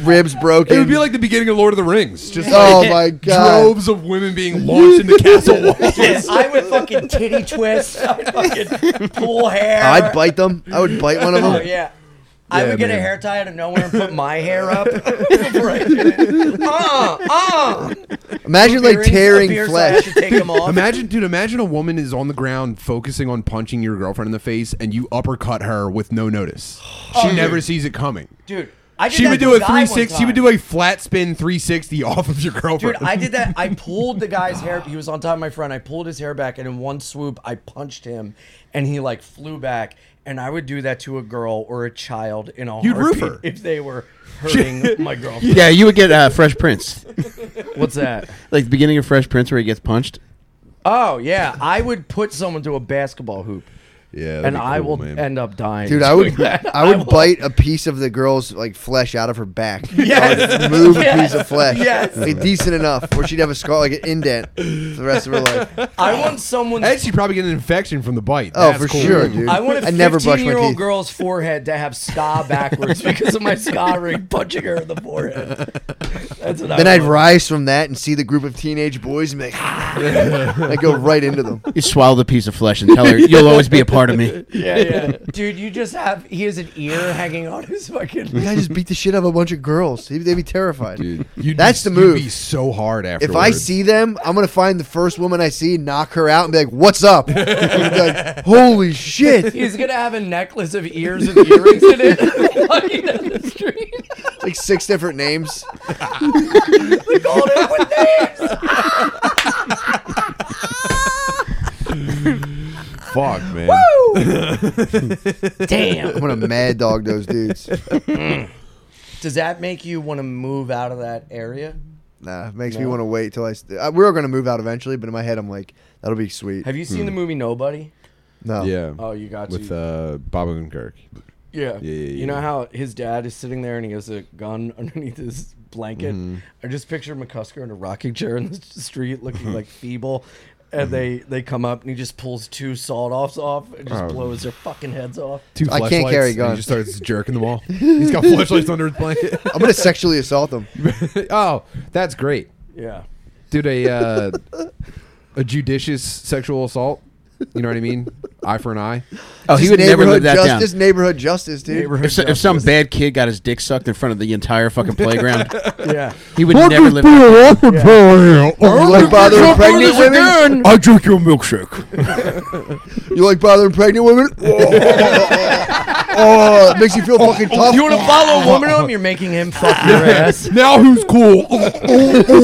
Ribs broken.
It would be like the beginning of Lord of the Rings. Just
oh
like
my god.
droves of women being launched into castle walls.
I would fucking titty twist. I would fucking pull hair.
I'd bite them. I would bite one of them.
Oh yeah. I
Yeah,
would get a
man.
hair tie out of nowhere and put my hair up. right. Uh, uh.
Imagine like
Earrings, a
tearing
beer, so I
flesh.
should take them off.
Imagine, dude, imagine a woman is on the ground focusing on punching your girlfriend in the face and you uppercut her with no notice.
Oh,
She never sees it coming.
Dude, I did
She
that
would
to
do a
guy one
360. She
time.
would do a flat spin 360 off of your
Dude,
girlfriend.
I did that. I pulled the guy's hair. He was on top of my friend. I pulled his hair back, and in one swoop, I punched him, and he like flew back. And I would do that to a girl or a child in a
You'd roof
heartbeat
her.
if they were hurting my girlfriend.
Yeah, you would get uh, Fresh Prince,
What's that?
like the beginning of Fresh Prince where he gets punched.
Oh yeah, I would put someone to a basketball hoop,
yeah,
and I will end up dying.
Dude, I would I would bite a piece of the girl's like flesh out of her back.
Yes.
I would move a
Yes.
piece of flesh.
Yes.
Like, decent enough where she'd have a scar like an indent for the rest of her life.
I want someone's
And she'd probably get an infection from the bite.
Oh,
That's
for
cool.
sure, dude.
I want a
I never brush my
15 year old
teeth.
girl's forehead to have ska backwards because of my ska ring punching her in the forehead. That's what
Then
I
I'd
want.
rise from that and see the group of teenage boys and be like, I go right into them.
You swallow the piece of flesh and tell her you'll always be a part of me.
Yeah, yeah. Dude, you just have, he has an ear hanging on his fucking.
I just beat the shit out of a bunch of girls. They'd, they'd be terrified.
Dude, you'd
That's
be,
the
You'd be
move.
so hard after.
If I see them, I'm gonna find the first woman I see, knock her out, and be like, "What's up?" And be like, Holy shit!
He's gonna have a necklace of ears and earrings in it. walking down the street.
Like six different names.
They called it with names.
fuck, man.
I'm gonna mad dog those dudes.
Does that make you want to move out of that area?
Nah, it makes me want to wait till I. St- uh, we're gonna move out eventually, but in my head, I'm like, "That'll be sweet."
Have you seen the movie Nobody?
no,
Yeah.
Oh, you got
Hmm. With
to.
uh, Bob Odenkirk. Yeah,
Yeah.
yeah,
You know
yeah.
how his dad is sitting there and he has a gun underneath his blanket?
Mm-hmm.
I just picture McCusker in a rocking chair in the s- street looking like feeble. And
Mm-hmm.
they, they come up and he just pulls two sawed offs off and just
Oh.
blows their fucking heads off.
Two
I can't
flashlights,
carry
and
guns.
He just starts jerking them all. He's got flashlights under his blanket.
I'm gonna sexually assault them.
oh, that's great.
Yeah.
Dude, a uh, a judicious sexual assault. You know what I mean? Eye for an eye.
Oh, he
Just
would never
neighborhood
live that down.
justice, Neighborhood justice, dude.
If, so, if some bad kid got his dick sucked in front of the entire fucking playground,
Yeah.
he would never live. That
You like bothering pregnant women?
I drink your milkshake.
You like bothering pregnant women? Oh, it makes you feel fucking tough.
You want to follow a woman home? You're making him fuck your ass.
Now who's cool?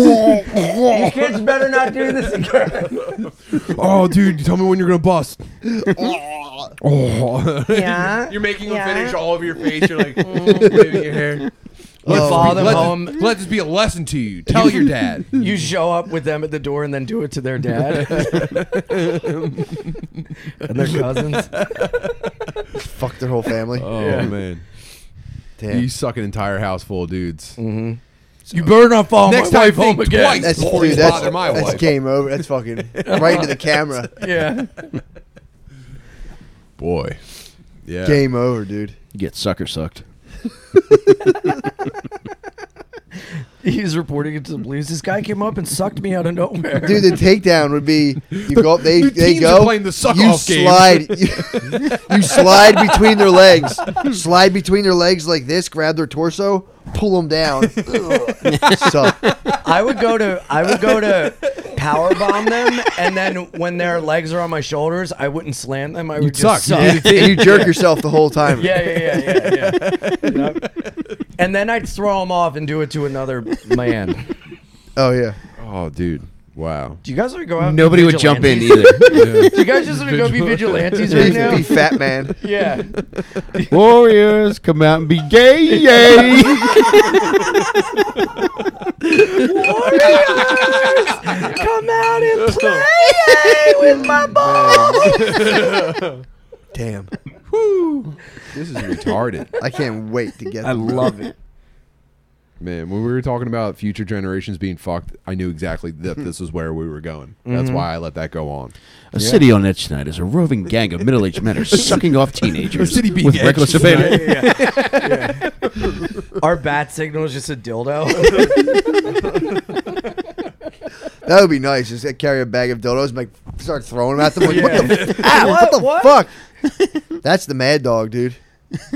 You kids better not do this again.
oh, dude, tell me when you're gonna bust. oh.
Yeah.
You're making
Yeah.
them finish all over your face. You're like "Mm, waving your hair.
You follow them
let,
home.
This, let this be a lesson to you. Tell your dad.
You show up with them at the door and then do it to their dad and their cousins.
Fuck their whole family.
Oh man,
Damn.
you suck an entire house full of dudes.
You better not follow
Next time, home again. Twice
That's
before you
dude, that's,
bother my
that's
wife.
game over. That's fucking right into the camera.
Yeah.
Boy, yeah.
Game over, dude.
Get sucker sucked.
He's reporting it to the police. This guy came up and sucked me out of nowhere.
Dude, the takedown would be you go up, they
the
they
teams
go,
are playing the suck
you
off game.
slide, you, you slide between their legs, slide between their legs like this, grab their torso, pull them down. Ugh. Suck.
I would go to I would go to power bomb them, and then when their legs are on my shoulders, I wouldn't slam them. I would just
suck.
suck.
And you jerk yourself the whole time.
Yeah, yeah, yeah, yeah, yeah. Yep. And then I'd throw them off and do it to another man.
Oh yeah.
Oh, dude. Wow.
Do you guys want to go out? and be
Nobody would jump in
vigilantes?
either.
Yeah.
Do you guys just want to go be vigilantes right now?
Be fat man.
Yeah.
Warriors, come out and be gay, yay!
Come out and play.
Damn.
This is retarded.
I can't wait to get.
I
them.
love it.
Man, when we were talking about future generations being fucked, I knew exactly that this was where we were going. That's why I let that go on.
A city on edge tonight is a roving gang of middle-aged men are sucking off teenagers
A city being
with
edgy
reckless
tonight.
abandon.
Our bat signal is just a dildo.
That would be nice. Just like, carry a bag of dildos and like start throwing them at them. Like, what the, f-
Ah,
what the
what?
fuck? That's the mad dog, dude.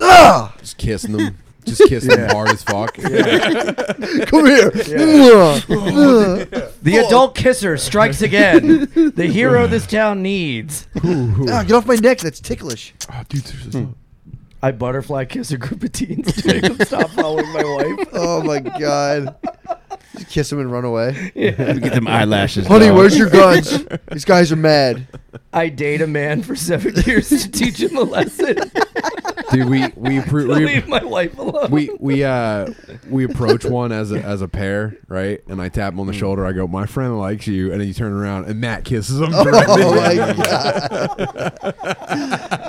ah,
Just kissing them. Just kissing them hard as fuck.
come here. Ugh. Ugh.
The adult kisser strikes again. The hero this town needs.
Ah, get off my neck. That's ticklish.
Oh, dude, there's this-
I butterfly kiss a group of teens to make them stop following my wife.
Oh my god. Just kiss him and run away.
Get them eyelashes.
Honey,
dog.
where's your guns? These guys are mad.
I date a man for seven years to teach him a lesson.
dude, we we appro-
Leave
we
my wife alone.
we we uh we approach one as a as a pair, right? And I tap
Mm.
him on the shoulder. I go, "My friend likes you," and then you turn around and Matt kisses him. directly.
Oh my god.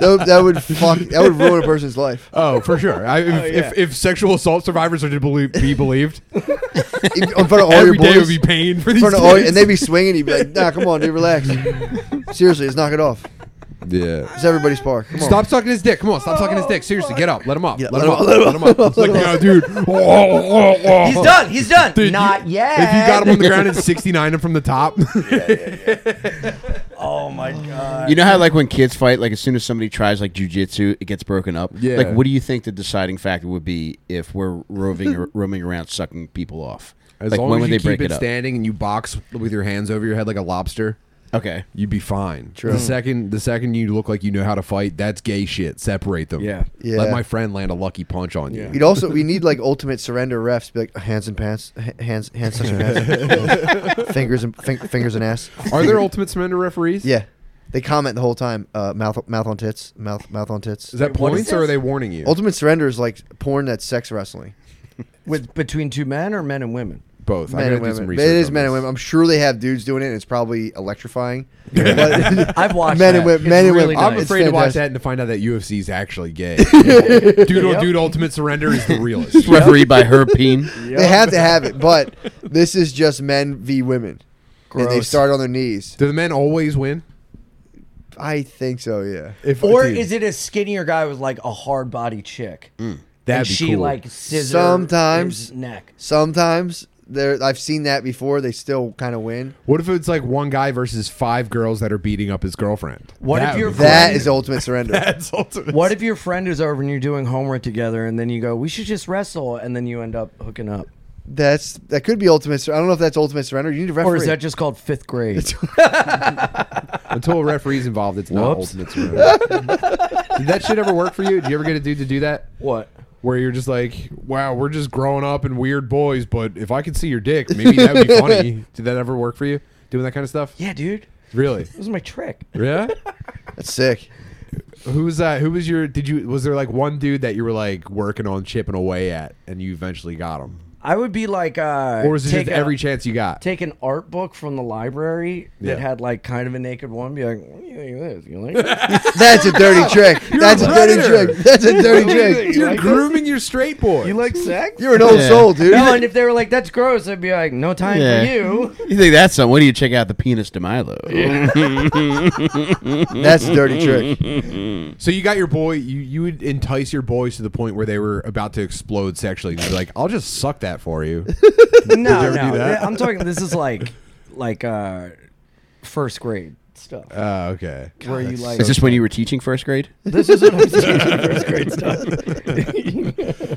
That, would- that would fuck. That would ruin a person's life.
Oh, for sure. I, if,
Oh, yeah.
if if sexual assault survivors are to believe, be believed,
In front of all
every
your
day
boys.
would be pain for
in
these.
front of all,
kids.
and they'd be swinging. You'd be like, Nah, come on, dude, relax. Seriously, just knock it off.
yeah.
It's everybody's park. Come on. Oh,
Stop sucking his dick. Come on, stop sucking his dick. Seriously, get up. Let him up.
Yeah,
let,
let
him
him
up.
up,
Let him up. It's like, no, dude. Oh,
He's done. He's done.
Dude,
Not
you-
yet.
oh, If you got him on the ground at 69 and from the top,
Oh my god.
You know how like when kids fight, like as soon as somebody tries like jujitsu, it gets broken up.
Yeah.
Like, what do you think the deciding factor would be if we're roving or roaming around sucking people off?
as
like
long
when
as
would
you
they break
keep it,
it up?
standing and you box with your hands over your head like a lobster,
okay.
you'd be fine. The second the second you look like you know how to fight, that's gay shit. Separate them.
Yeah.
Yeah.
Let my friend land a lucky punch on you.
You'd also we need like ultimate surrender refs. Be like hands and pants, h- hands hands touching ass, fingers and fin- fingers and ass.
Are there ultimate surrender referees?
Yeah, they comment the whole time. Uh, mouth mouth on tits, mouth mouth on tits.
Is that
What is
points or are
this?
they warning you?
ultimate surrender is like porn that's sex wrestling.
With between two men or men and women?
Both.
Men
I
and
gotta do some
women. It
research.
is
on
men and
this.
women. I'm sure they have dudes doing it. and It's probably electrifying. But-
I've watched
Men and
that.
women-
It's
men and
really
women.
I'm
nice.
It's
afraid to watch
fantastic.
that and to find out that UFC is actually gay. dude on dude, ultimate surrender is the realest.
Referee by Herb Peen.
They have to have it, but this is just men v women. And they
Gross.
start on their knees.
Do the men always win?
I think so, yeah.
If,
Or
dude,
is it a skinnier guy with like a hard body chick?
Mm. that'd
and
be
she
cool.
like scissors
Sometimes.
his neck.
Sometimes there I've seen that before, they still kind of win.
What if it's like one guy versus five girls that are beating up his girlfriend?
What if
would
you're-
be
That
cool.
is ultimate surrender.
That's ultimate.
What if your friend is over and you're doing homework together, and then you go, "We should just wrestle," and then you end up hooking up,
That's that could be ultimate sur- I don't know if that's ultimate surrender. You need a referee.
or is that just called fifth grade?
until a referee's involved? It's not
Whoops.
ultimate surrender. Did that shit ever work for you? Did you ever get a dude to do that?
what?
Where you're just like, wow, we're just growing up and weird boys, but if I could see your dick, maybe that would be funny. Did that ever work for you? Doing that kind of stuff?
Yeah, dude,
Really?
this is my trick.
Yeah.
that's sick.
Who was that? Who was your? Did you? Was there like one dude that you were like working on chipping away at, and you eventually got him,
I would be like, uh,
or was it just
take a-
every chance you got?
Take an art book from the library that
Yeah.
had like kind of a naked one. Be like, what do you think of this? You like this?
That's a dirty trick. that's a, dirty
predator.
trick. That's a dirty
Really?
trick.
You're
like this?
grooming your straight boy.
You like sex?
You're an old
Yeah.
soul, dude.
no, and if they were like, "That's gross," I'd be like, "No time
Yeah.
for you."
You think that's something? What do you check out the penis de Milo?
That's a dirty trick.
So you got your boy. You you would entice your boys to the point where they were about to explode sexually. You'd be like, "I'll just suck that for you."
No,
ever do
no.
that?
I'm talking. This is like, like uh, first grade stuff.
Oh, okay.
where you like?
Is this when you were teaching first grade?
this is what I'm saying. First grade stuff.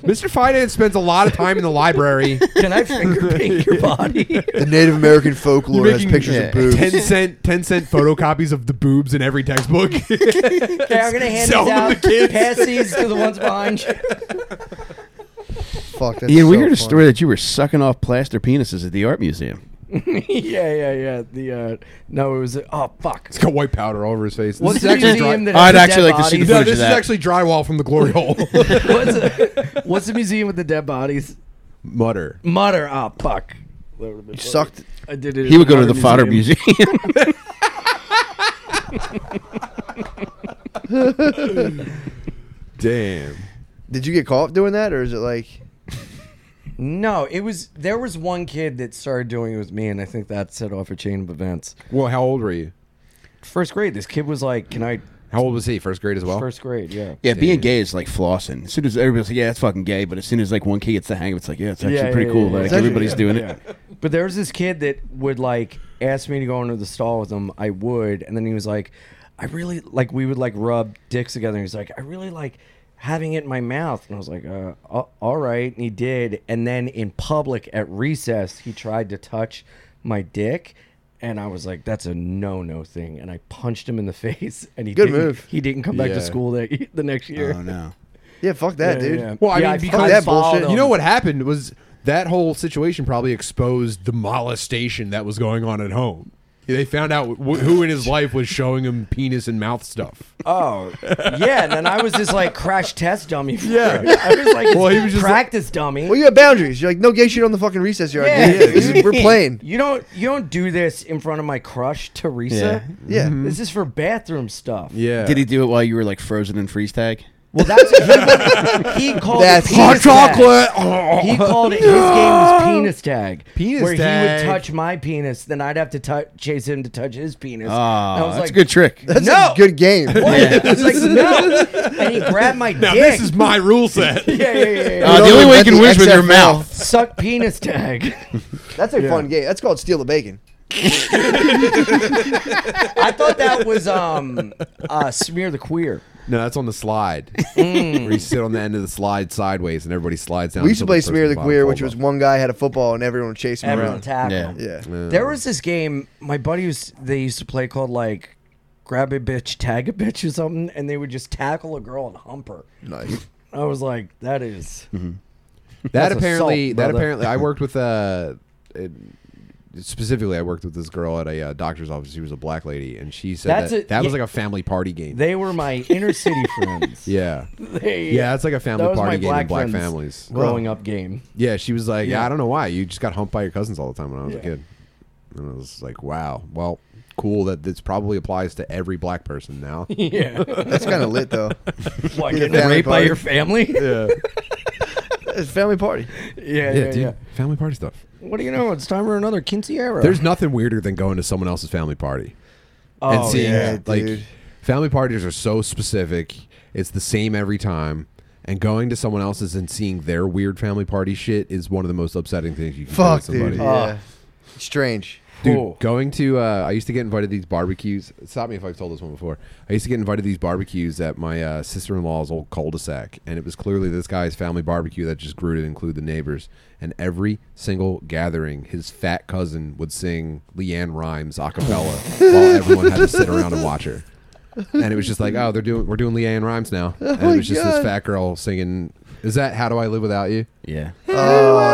Mr. Finance spends a lot of time in the library.
Can I finger paint your body?
The Native American folklore has
making-
pictures
yeah.
of boobs.
Ten cent, ten cent photocopies of the boobs in every textbook.
okay, I'm gonna hand
Sell
these
them
out.
to kids.
Pass these to the ones behind you.
Fuck, that's
Ian, we
so
heard a
funny.
story that you were sucking off plaster penises at the art museum.
yeah, yeah, yeah. The uh, no, it was oh fuck.
He's got white powder all over his face.
What's
this is
the
actually dry-
museum that has
I'd
the
actually
dead
like to see the
no,
bodies?
footage
this
of
is
that.
actually drywall from the glory hole.
what's, what's the museum with the dead bodies?
Mutter.
Mutter. Oh fuck. That would've been
You
funny.
sucked.
I did it.
He
at
would go to the fodder museum.
Damn.
Did you get caught doing that, or is it like
No, it was there was one kid that started doing it with me, and I think that set off a chain of events.
Well, how old were you?
First grade, this kid was like, "Can I?"
How old was he? First grade as
Oh.
well.
first grade, yeah.
Yeah, being gay is like flossing. As soon as everybody's like, yeah, it's fucking gay, but as soon as like one kid gets the hang of it, it's like, yeah, it's actually
Yeah,
pretty
yeah,
cool.
yeah, yeah.
like
It's actually-
everybody's doing it.
But there was this kid that would like ask me to go into the stall with him. I would, and then he was like, "I really like." We would like rub dicks together. And he's like, "I really like having it in my mouth," and I was like, uh, a- "All right." And he did, and then in public at recess, he tried to touch my dick. And I was like, "That's a no-no thing," and I punched him in the face. And he
Good
didn't,
move.
He didn't come back
Yeah.
to school that the next year.
Oh no.
yeah? Fuck that,
Yeah,
dude.
yeah.
Well, I
Yeah,
mean,
I
because
fucking
bullshit-
followed
You know
him.
what happened was that whole situation probably exposed the molestation that was going on at home. They found out wh- who in his life was showing him penis and mouth stuff.
Oh, yeah. And then I was just like crash test dummy. For yeah. I was like
Well, he was just
practice dummy.
Well, you have boundaries. You're like no gay shit on the fucking recess yard.
Yeah.
dude. This is- we're playing.
You don't you don't do this in front of my crush, Teresa. Mm-hmm.
Yeah.
Mm-hmm.
Mhm.
This is for bathroom stuff.
Yeah.
Did he do it while you were like frozen in freeze tag?
Well, that's what he, he called
That's
it penis
chocolate?
Tag. He called it his game was penis tag.
Penis
where
tag.
he would touch my penis, then I'd have to tou- chase him to touch his penis.
Ah,
And I was
that's
like,
a good trick.
That's
No.
a good game.
I was like, no. And he grabbed my
Now
dick.
this is my rule set.
yeah, yeah, yeah, yeah.
Uh, the only way you can win is with your
XFL.
mouth.
Suck penis tag.
That's a fun game. That's called steal the bacon.
I thought that was um uh smear the queer.
No, that's on the slide.
Mm.
Where you sit on the end of the slide sideways and everybody slides down.
We used to
until
play
person
Smear
at
the
bottom
Queer,
falls
which was
off.
one guy had a football and everyone would chase him
Everyone
around.
tackle.
Yeah.
Yeah.
There was this game my buddy used they used to play called like grab a bitch, tag a bitch or something, and they would just tackle a girl and hump her.
Nice.
I was like, that is
Mm-hmm. that
That's
apparently
assault,
that
brother.
apparently I worked with uh it- specifically I worked with this girl at a uh, doctor's office. She was a black lady, and she said
That's
that,
a-
that was
yeah.
like a family party game.
they were my inner city friends.
yeah.
They-
Yeah, that's like a family
that was
party
my
game in
black,
black
friends
families.
growing up game.
Yeah, she was like,
Yeah.
I don't know why. You just got humped by your cousins all the time when I was a
Yeah.
kid. And I was like, wow. Well, cool that this probably applies to every black person now.
Yeah.
That's kind of lit though.
what,
Get a
getting
family
raped by
party.
your family?
yeah.
Yeah,
It's a family party.
yeah,
Yeah,
yeah.
dude. Family party stuff.
What do you know? It's time for another quinceañera.
There's nothing weirder than going to someone else's family party
oh,
and seeing
yeah,
like
dude.
family parties are so specific. It's the same every time. And going to someone else's and seeing their weird family party shit is one of the most upsetting things you can do to
Fuck,
somebody.
dude.
Uh,
yeah. Strange.
Dude,
Cool.
going to uh, I used to get invited to these barbecues. Stop me if I've told this one before. I used to get invited to these barbecues at my uh, sister in law's old cul-de-sac, and it was clearly this guy's family barbecue that just grew to include the neighbors. And every single gathering, his fat cousin would sing Leanne Rhymes a cappella while everyone had to sit around and watch her. And it was just like, oh, they're doing we're doing Leanne Rhymes now, and
Oh my
it was just
God.
this fat girl singing. Is that how do I live without you?
Yeah.
Uh,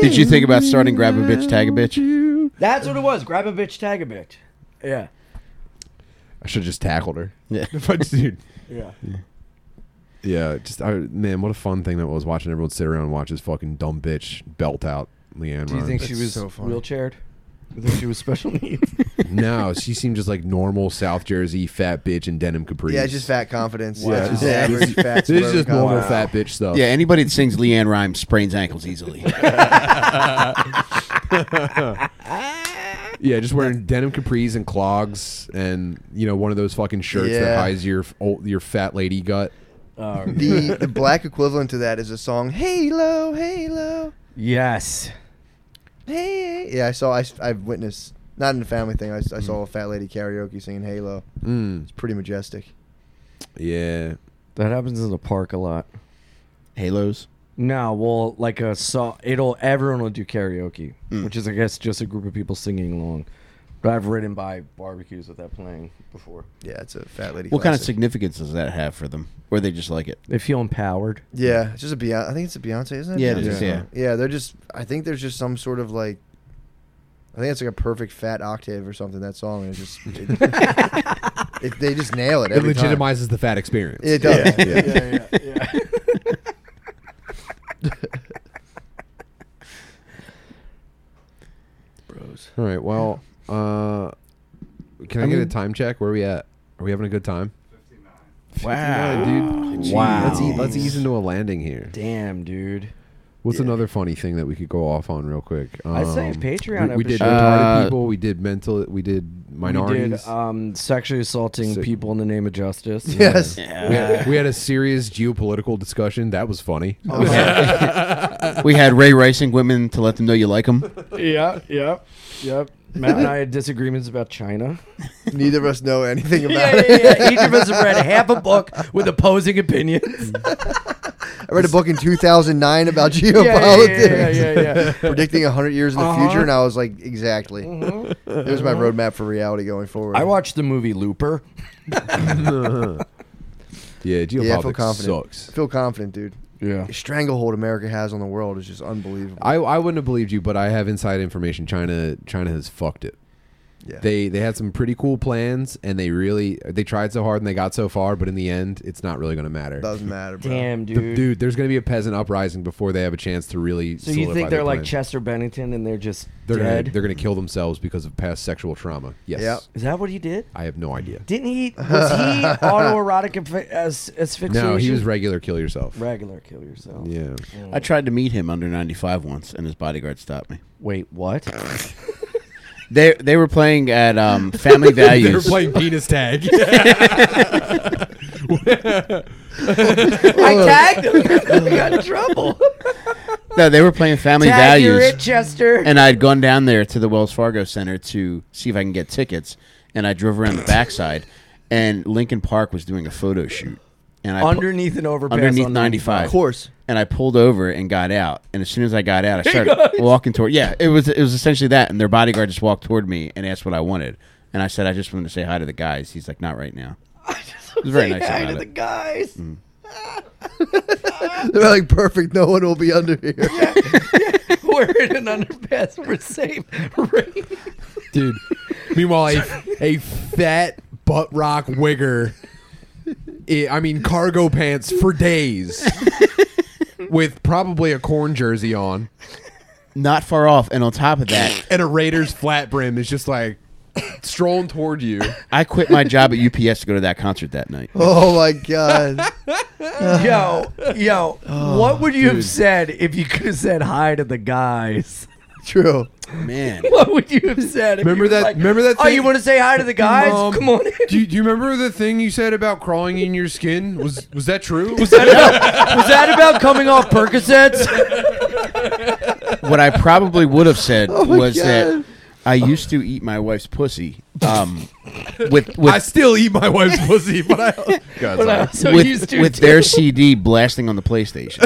Did you think about starting grab a bitch, tag a bitch?
That's what it was. Grab a bitch, tag a bitch. Yeah.
I should have just tackled her.
Yeah.
but dude.
Yeah.
Yeah, just I, man, what a fun thing that was watching everyone sit around and watch this fucking dumb bitch belt out Leanne.
Do you think she was
so funny.
wheelchaired? You think she was special needs?
no, she seemed just like normal South Jersey fat bitch in denim capris.
Yeah, it's just fat confidence.
Wow.
Yeah, just
Yeah.
average fat.
This is
suburban
just normal
confidence.
fat bitch stuff.
Yeah, anybody that sings Leanne Rhymes sprains ankles easily.
yeah, just wearing denim capris and clogs, and you know one of those fucking shirts that
Yeah.
hides your f- old, your fat lady gut.
The the black equivalent to that is a song Halo, Halo,
yes.
Hey. Yeah, I saw. I have witnessed. Not in the family thing. I, s- I saw a fat lady karaoke singing Halo.
Mm,
It's pretty majestic.
yeah,
That happens in the park a lot.
Halos.
No, well, like a saw, it'll everyone will do karaoke, which is I guess just a group of people singing along. But I've ridden by barbecues with that playing before.
Yeah, it's a fat lady.
What kind of
classic.
significance does that have for them? Or they just like it?
They feel empowered.
Yeah, it's just a Beyonce. I think it's a Beyonce, isn't it?
Yeah, it
Beyonce
is,
song.
yeah.
yeah, they're just. I think there's just some sort of like. I I think it's like a perfect fat octave or something. That song, and it just it, it- they just nail it.
It
Every time.
legitimizes the fat experience.
It does.
Yeah, yeah.
yeah, yeah, yeah.
Bros.
All right. Well, uh, can I,
I
get a
mean-
time check? Where are we at? Are we having a good time?
Wow,
dude.
Wow.
Let's, eat, let's ease into a landing here.
Damn, dude.
What's another funny thing that we could go off on real quick?
I'd say
Um,
Patreon
We, we did
episode.
retarded
Uh,
people. We did mental. We did
We
minorities.
did um, sexually assaulting
Sick.
people in the name of justice.
Yes.
we had a serious geopolitical discussion. That was funny.
we had Ray racing women to let them know you like them.
yeah, yep, yep. Matt and I had disagreements about China.
Neither of us know anything about
Yeah,
it.
yeah, yeah. Each of us have read half a book with opposing opinions.
I read a book in 2009 about
Yeah,
geopolitics,
yeah, yeah, yeah, yeah.
predicting 100 years in the
Uh-huh. Mm-hmm.
future, and I was like, exactly. It was my roadmap for reality going forward.
I watched the movie Looper.
yeah, geopolitics
Yeah, I feel confident.
sucks.
I feel confident, dude.
Yeah.
The stranglehold America has on the world is just unbelievable.
I, I wouldn't have believed you, but I have inside information. China China has fucked it.
Yeah.
They they had some pretty cool plans, and they really they tried so hard and they got so far, but in the end, it's not really going to matter.
Doesn't matter, bro.
Damn,
The-
dude.
dude, there's going to be a peasant uprising before they have a chance to really.
so you
solidify
think
their
they're like
plan.
Chester Bennington and they're just
They're
dead?
Gonna, they're going to kill themselves because of past sexual trauma. Yes.
Yep.
Is that what he did?
I have no idea.
Didn't he? Was he autoerotic asphy- as, asphyxiation?
No, he was regular kill yourself.
regular kill yourself.
Yeah.
I tried to meet him under 95 once, and his bodyguard stopped me.
Wait, what?
They they were playing at um, Family Values.
penis tag.
I tagged him. we got in trouble.
no, they were playing Family
Tag you're
Values.
it, Chester.
and I'd gone down there to the Wells Fargo Center to see if I can get tickets, and I drove around the backside, and Lincoln Park was doing a photo shoot, and I pu-
underneath an overpass.
underneath
on
95,
Of course.
and I pulled over and got out, and as soon as I got out, I started walking toward. Yeah, it was it was essentially that, and their bodyguard just walked toward me and asked what I wanted, and I said I just wanted to say hi to the guys. He's like, not right now. It was very
Say
nice
hi to
about
the
it.
guys.
They're like, perfect. No one will be under here.
We're in an underpass. We're safe. Rain.
Dude. Meanwhile, a, a fat butt rock wigger, i I mean, cargo pants for days, with probably a corn jersey on,
Not far off, and on top of that,
and a Raiders flat brim is just like strolling toward you.
I quit my job at UPS to go to that concert that night.
oh my god.
Yo, yo, what would you have said if you could have said hi to the guys?
True.
Man,
What would you have said? if
Remember
you were
that-
like,
remember that
Oh,
thing-
you want to say hi to the guys?
Mom,
Come on in.
Um, Do you, do you remember the thing you said about crawling in your skin? Was was that true?
Was that, about, was that about coming off Percocets?
what I probably would have said
Oh my
was
God.
that I used to eat my wife's pussy um, with with
I still eat my wife's pussy, but I. God,
But
sorry.
I'm so used
with,
to
with
it.
their CD blasting on the PlayStation.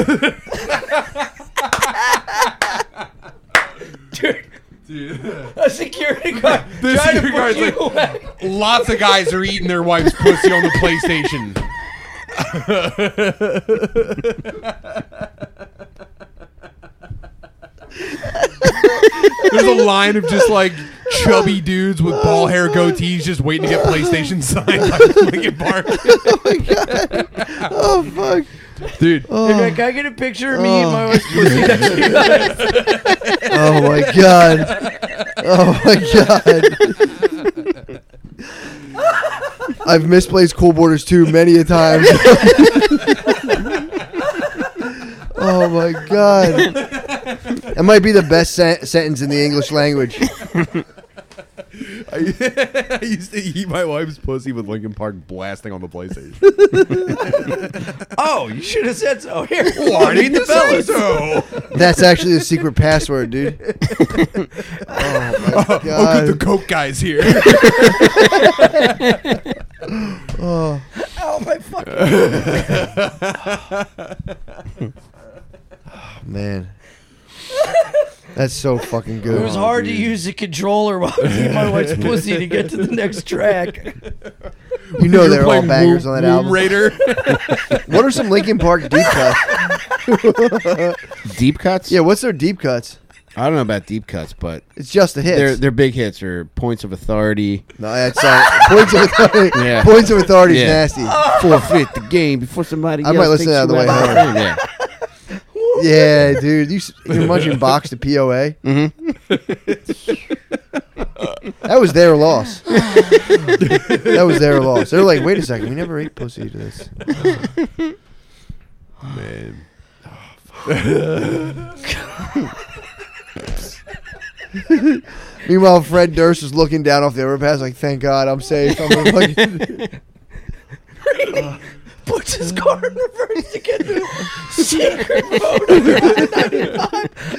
Dude, a security guard
The
trying
security
to push
guard's
you
like-
away.
Lots of guys are eating their wife's pussy on the PlayStation. There's a line of just like chubby dudes with ball hair goatees just waiting to get PlayStation signed by Lincoln Park.
Oh fuck.
Dude,
They're like, Can I get a picture of me and
Oh.
my wife's pussy? next to you?"
Oh my god. Oh my god. I've misplaced cool borders too many a time. oh my god. That might be the best sen- sentence in the English language.
I used to eat my wife's pussy with Lincoln Park blasting on the PlayStation.
oh, you should have said so. Here,
Why didn't you say so?
That's actually the secret password, dude. Oh my
Oh, good,
god.
the Coke guy's here.
Oh.
Oh my fucking!
Oh, Man. That's so fucking good.
It was hard to use the controller while I eat my wife's pussy to get to the next track.
You know
You're
they're all
playing
bangers
Womb-
on that
Womb
album.
Raider.
What are some Linkin Park deep cuts?
Deep cuts?
Yeah, what's their deep cuts?
I don't know about deep cuts, but
It's just the hits.
their their big hits are points of authority.
no, that's uh, points of authority.
Yeah.
Points of authority
Yeah.
is nasty.
Forfeit the game before somebody.
I might
else
listen
takes
to that
you
on the
out
way
of the game.
Yeah, dude, you s- you're munching box to POA. Mm-hmm. that was their loss.
Mm-hmm.
that was their loss. They're like, wait a second, we never ate pussy to this.
Man.
Meanwhile, Fred Durst is looking down off the overpass, like, thank God, I'm safe. I'm gonna fucking-
Uh,
Puts his car in reverse to get the secret vote.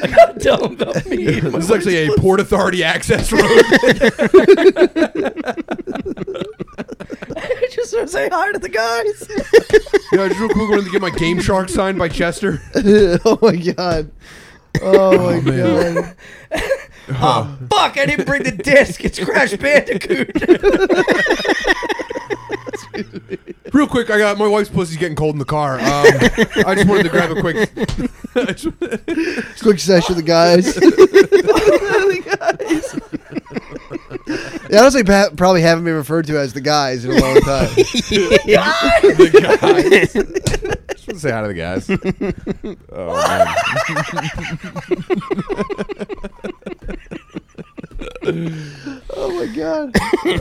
I gotta tell him about me.
This is actually a Port Authority access road.
I just want to say hi to the guys.
yeah, I just real quick wanted to get my Game Shark signed by Chester.
oh my God. Oh my
man.
God.
Uh,
Oh, fuck, I didn't bring the disc. It's Crash Bandicoot.
Real quick, I got my wife's pussy's getting cold in the car. Um, I just wanted to grab a quick. I just-
Quick session, the guys. Yeah, I don't think pa- probably haven't been referred to as the guys in a long time.
the guys. just want to say hi to the guys. Oh, man.
oh my God.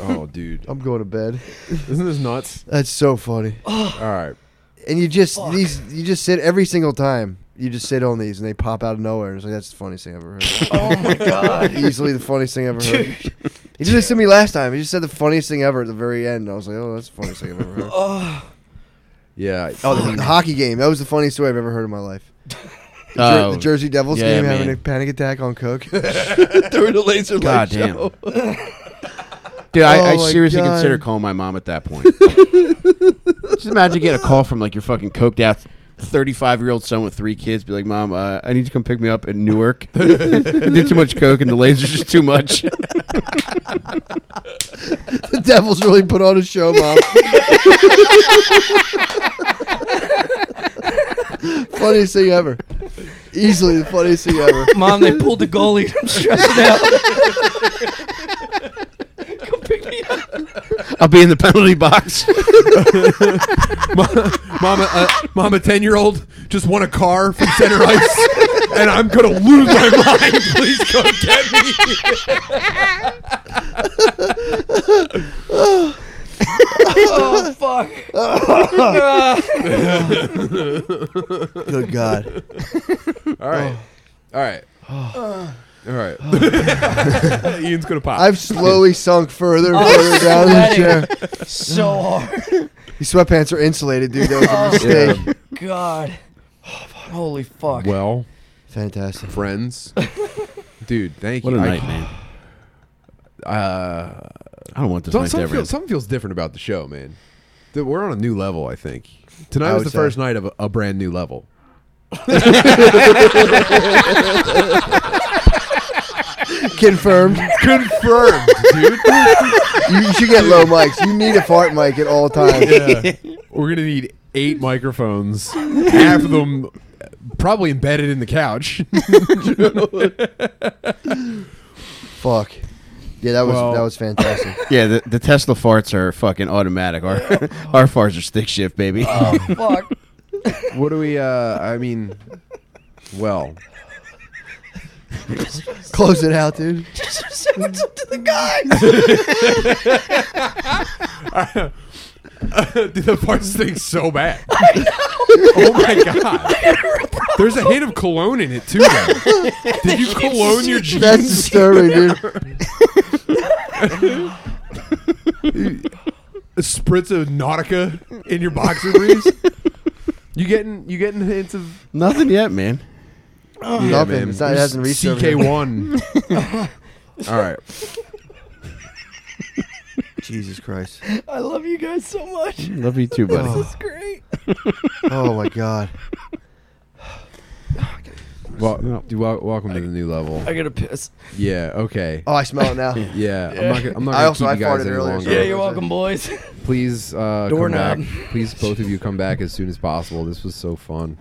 oh, dude.
I'm going to bed.
Isn't this nuts?
That's so funny.
Oh,
All right.
And you just these you just sit every single time. You just sit on these and they pop out of nowhere. It's like that's the funniest thing I've ever heard.
oh my god.
Easily the funniest thing I've ever heard. He did this to me last time. He just said the funniest thing ever at the very end. I was like, oh, that's the funniest thing I've ever heard.
Oh,
Yeah.
Oh, the, the hockey game. That was the funniest story I've ever heard in my life. The, Jer-
Oh,
the Jersey Devils
yeah,
game having a
man.
panic attack on Coke.
During the laser
God damn. Dude, I, I
Oh my
seriously
God.
consider calling my mom at that point. Just imagine you get a call from like your fucking coked out thirty-five year old son with three kids, be like, "Mom, uh, I need you to come pick me up in Newark. I did too much coke, and the laser's just too much."
the Devils really put on a show, mom. funniest thing ever. Easily the funniest thing ever.
Mom, they pulled the goalie. I'm stressing out. Come pick me up.
I'll be in the penalty box.
Mama, uh, Mama, ten year old just won a car from Center Ice, and I'm gonna lose my mind. Please come get me.
Oh fuck.
Good God.
All right, all right, all right. Ian's gonna pop.
I've slowly sunk further and further down the chair.
so hard.
These sweatpants are insulated, dude. That was a mistake.
Yeah.
God. Oh, fuck. Holy fuck.
well,
Fantastic.
friends, dude. Thank
what a
you. I-
night, man!
Uh,
I don't want this
some-
night to
something,
ever.
feels,
end.
something feels different about the show, man. Dude, We're on a new level, I think. Tonight
I
was
would
the
say.
first night of a, a brand new level.
Confirmed.
Confirmed, dude.
You, you should get low mics. You need a fart mic at all times.
We're gonna need eight microphones, half of them probably embedded in the couch.
Fuck. Yeah, that was
Well-
that was fantastic.
Yeah, the, the Tesla farts are fucking automatic. Our our farts are stick shift, baby.
Oh.
Fuck.
what do we? uh I mean, well,
Close it out, dude.
Just say what's up to the guys.
dude, the parts thing so bad. oh my god! There's a hint of cologne in it too. Though. Did you cologne your
That's
jeans?
disturbing, dude.
A spritz of Nautica in your boxer briefs? you getting you getting hints of
Nothing yet, man.
Nothing. It's not- it hasn't reached over
CK one. All right.
Jesus Christ.
I love you guys so much.
Love you too,
Oh.
buddy.
It's great.
Oh my God.
Well, dude, wel- welcome to the new level.
I gotta piss.
Yeah. Okay.
Oh, I smell it now.
Yeah, I'm not. Gonna, I'm not
I
gonna
also-
keep
I
you guys
farted
any
earlier,
longer.
so-
Yeah, you're welcome, boys.
Please, uh, come
Doorknob.
back. Please, both of you, come back as soon as possible. This was so fun.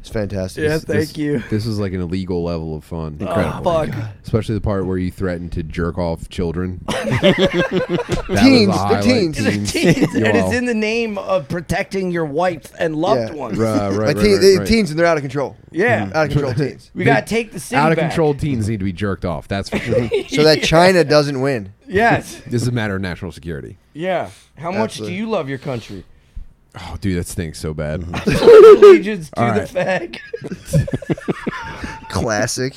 It's fantastic.
Yeah,
It's-
thank
This-
you.
This is like an illegal level of fun.
Ah,
Incredible. Oh, fuck.
Especially the part where you threaten to jerk off children. That was the
Teens, they're
highlight.
teens. They're
Teens, and
Wow.
it's in the name of protecting your wife and loved
Yeah.
ones.
Right, right, right,
Like teen-
right,
they-
right.
teens and they're out of control.
Yeah.
Out of control teens.
We gotta take the city
Out of
back.
control teens need to be jerked off. That's for sure.
So that China doesn't win.
Yes.
this is a matter of national security.
Yeah. How much do
Absolutely.
you love your country?
Oh, dude, that stinks so bad.
Allegiance to
All
the flag.
Classic.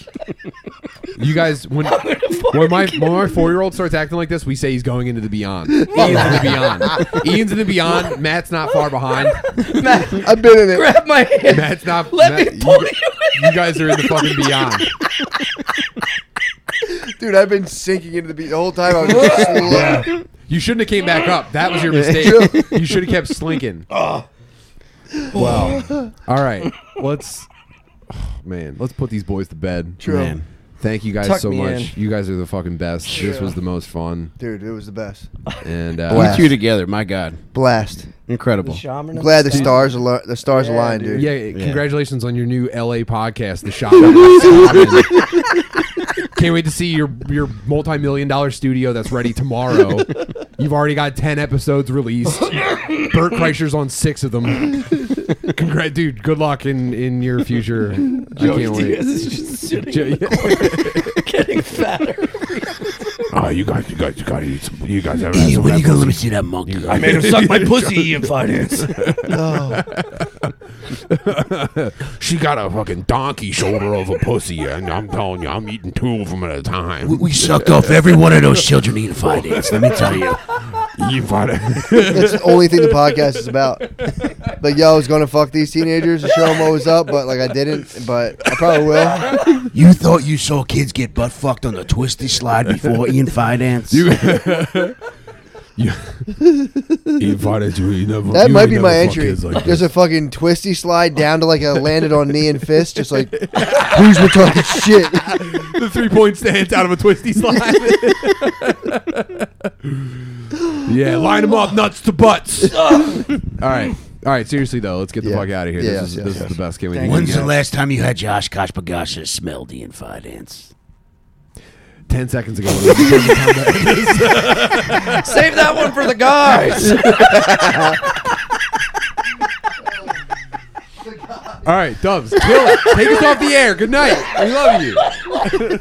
You guys, when when my when my four year old starts acting like this, we say he's going into the beyond. Ian's in the beyond. Ian's in the beyond. Matt's not far behind.
Matt,
I've been in it.
grab my hand.
Matt's not.
Let me
Matt,
pull
you,
you
you guys are in the fucking beyond.
Dude, I've been sinking into the beat the whole time. I was just slow.
You shouldn't have came back up. That was your mistake. you should have kept slinking.
Ah.
Wow. All right. Let's. oh, man, let's put these boys to bed.
True.
Man.
Thank you guys
Tuck
so
me
much. You guys are the fucking best. This was the most fun.
Dude, it was the best.
And
You
uh,
Blast.
two together, my God.
Blast.
Incredible.
The shaman.
I'm glad the stars al- the stars aligned, dude.
yeah, congratulations on your new LA podcast, The Shop. Can't wait to see your your multi million dollar studio that's ready tomorrow. You've already got ten episodes released. Bert Kreischer's on six of them. Congrat, dude. Good luck in in your future. I can't
Diaz
wait.
is just sitting
Jo-
in the corner, getting fatter.
Oh, you guys, you guys, you gotta eat some. You guys have some.
you gonna let me see that monkey?
I made him suck my pussy in finance.
She got a fucking donkey shoulder of a pussy, and I'm telling you, I'm eating two of them at a time.
We sucked off every one of those children in finance. Let me tell you.
You find
That's the only thing the podcast is about. Like, yo, I was gonna fuck these teenagers and show them what was up, but like I didn't. But I probably will.
You thought you saw kids get butt fucked on the twisty slide before Ian Finance?
you find it. You never.
That
you
might be
never
my
fuck
entry.
kids Like
There's a fucking twisty slide down to like a landed on knee and fist, just like who's retarded shit.
The three point stance out of a twisty slide. yeah, line them up, nuts to butts. All right. All right, seriously though, let's get the
Yeah.
fuck out of here.
Yes,
this is,
yes,
this
yes.
is the best game we
Thank
can
When's
get.
the last time you had Josh Koshpagasha smelled Ian Finance?
10 seconds ago.
Save that one for the guys.
All right, Dubs, kill it. Take us off the air. Good night. We love you.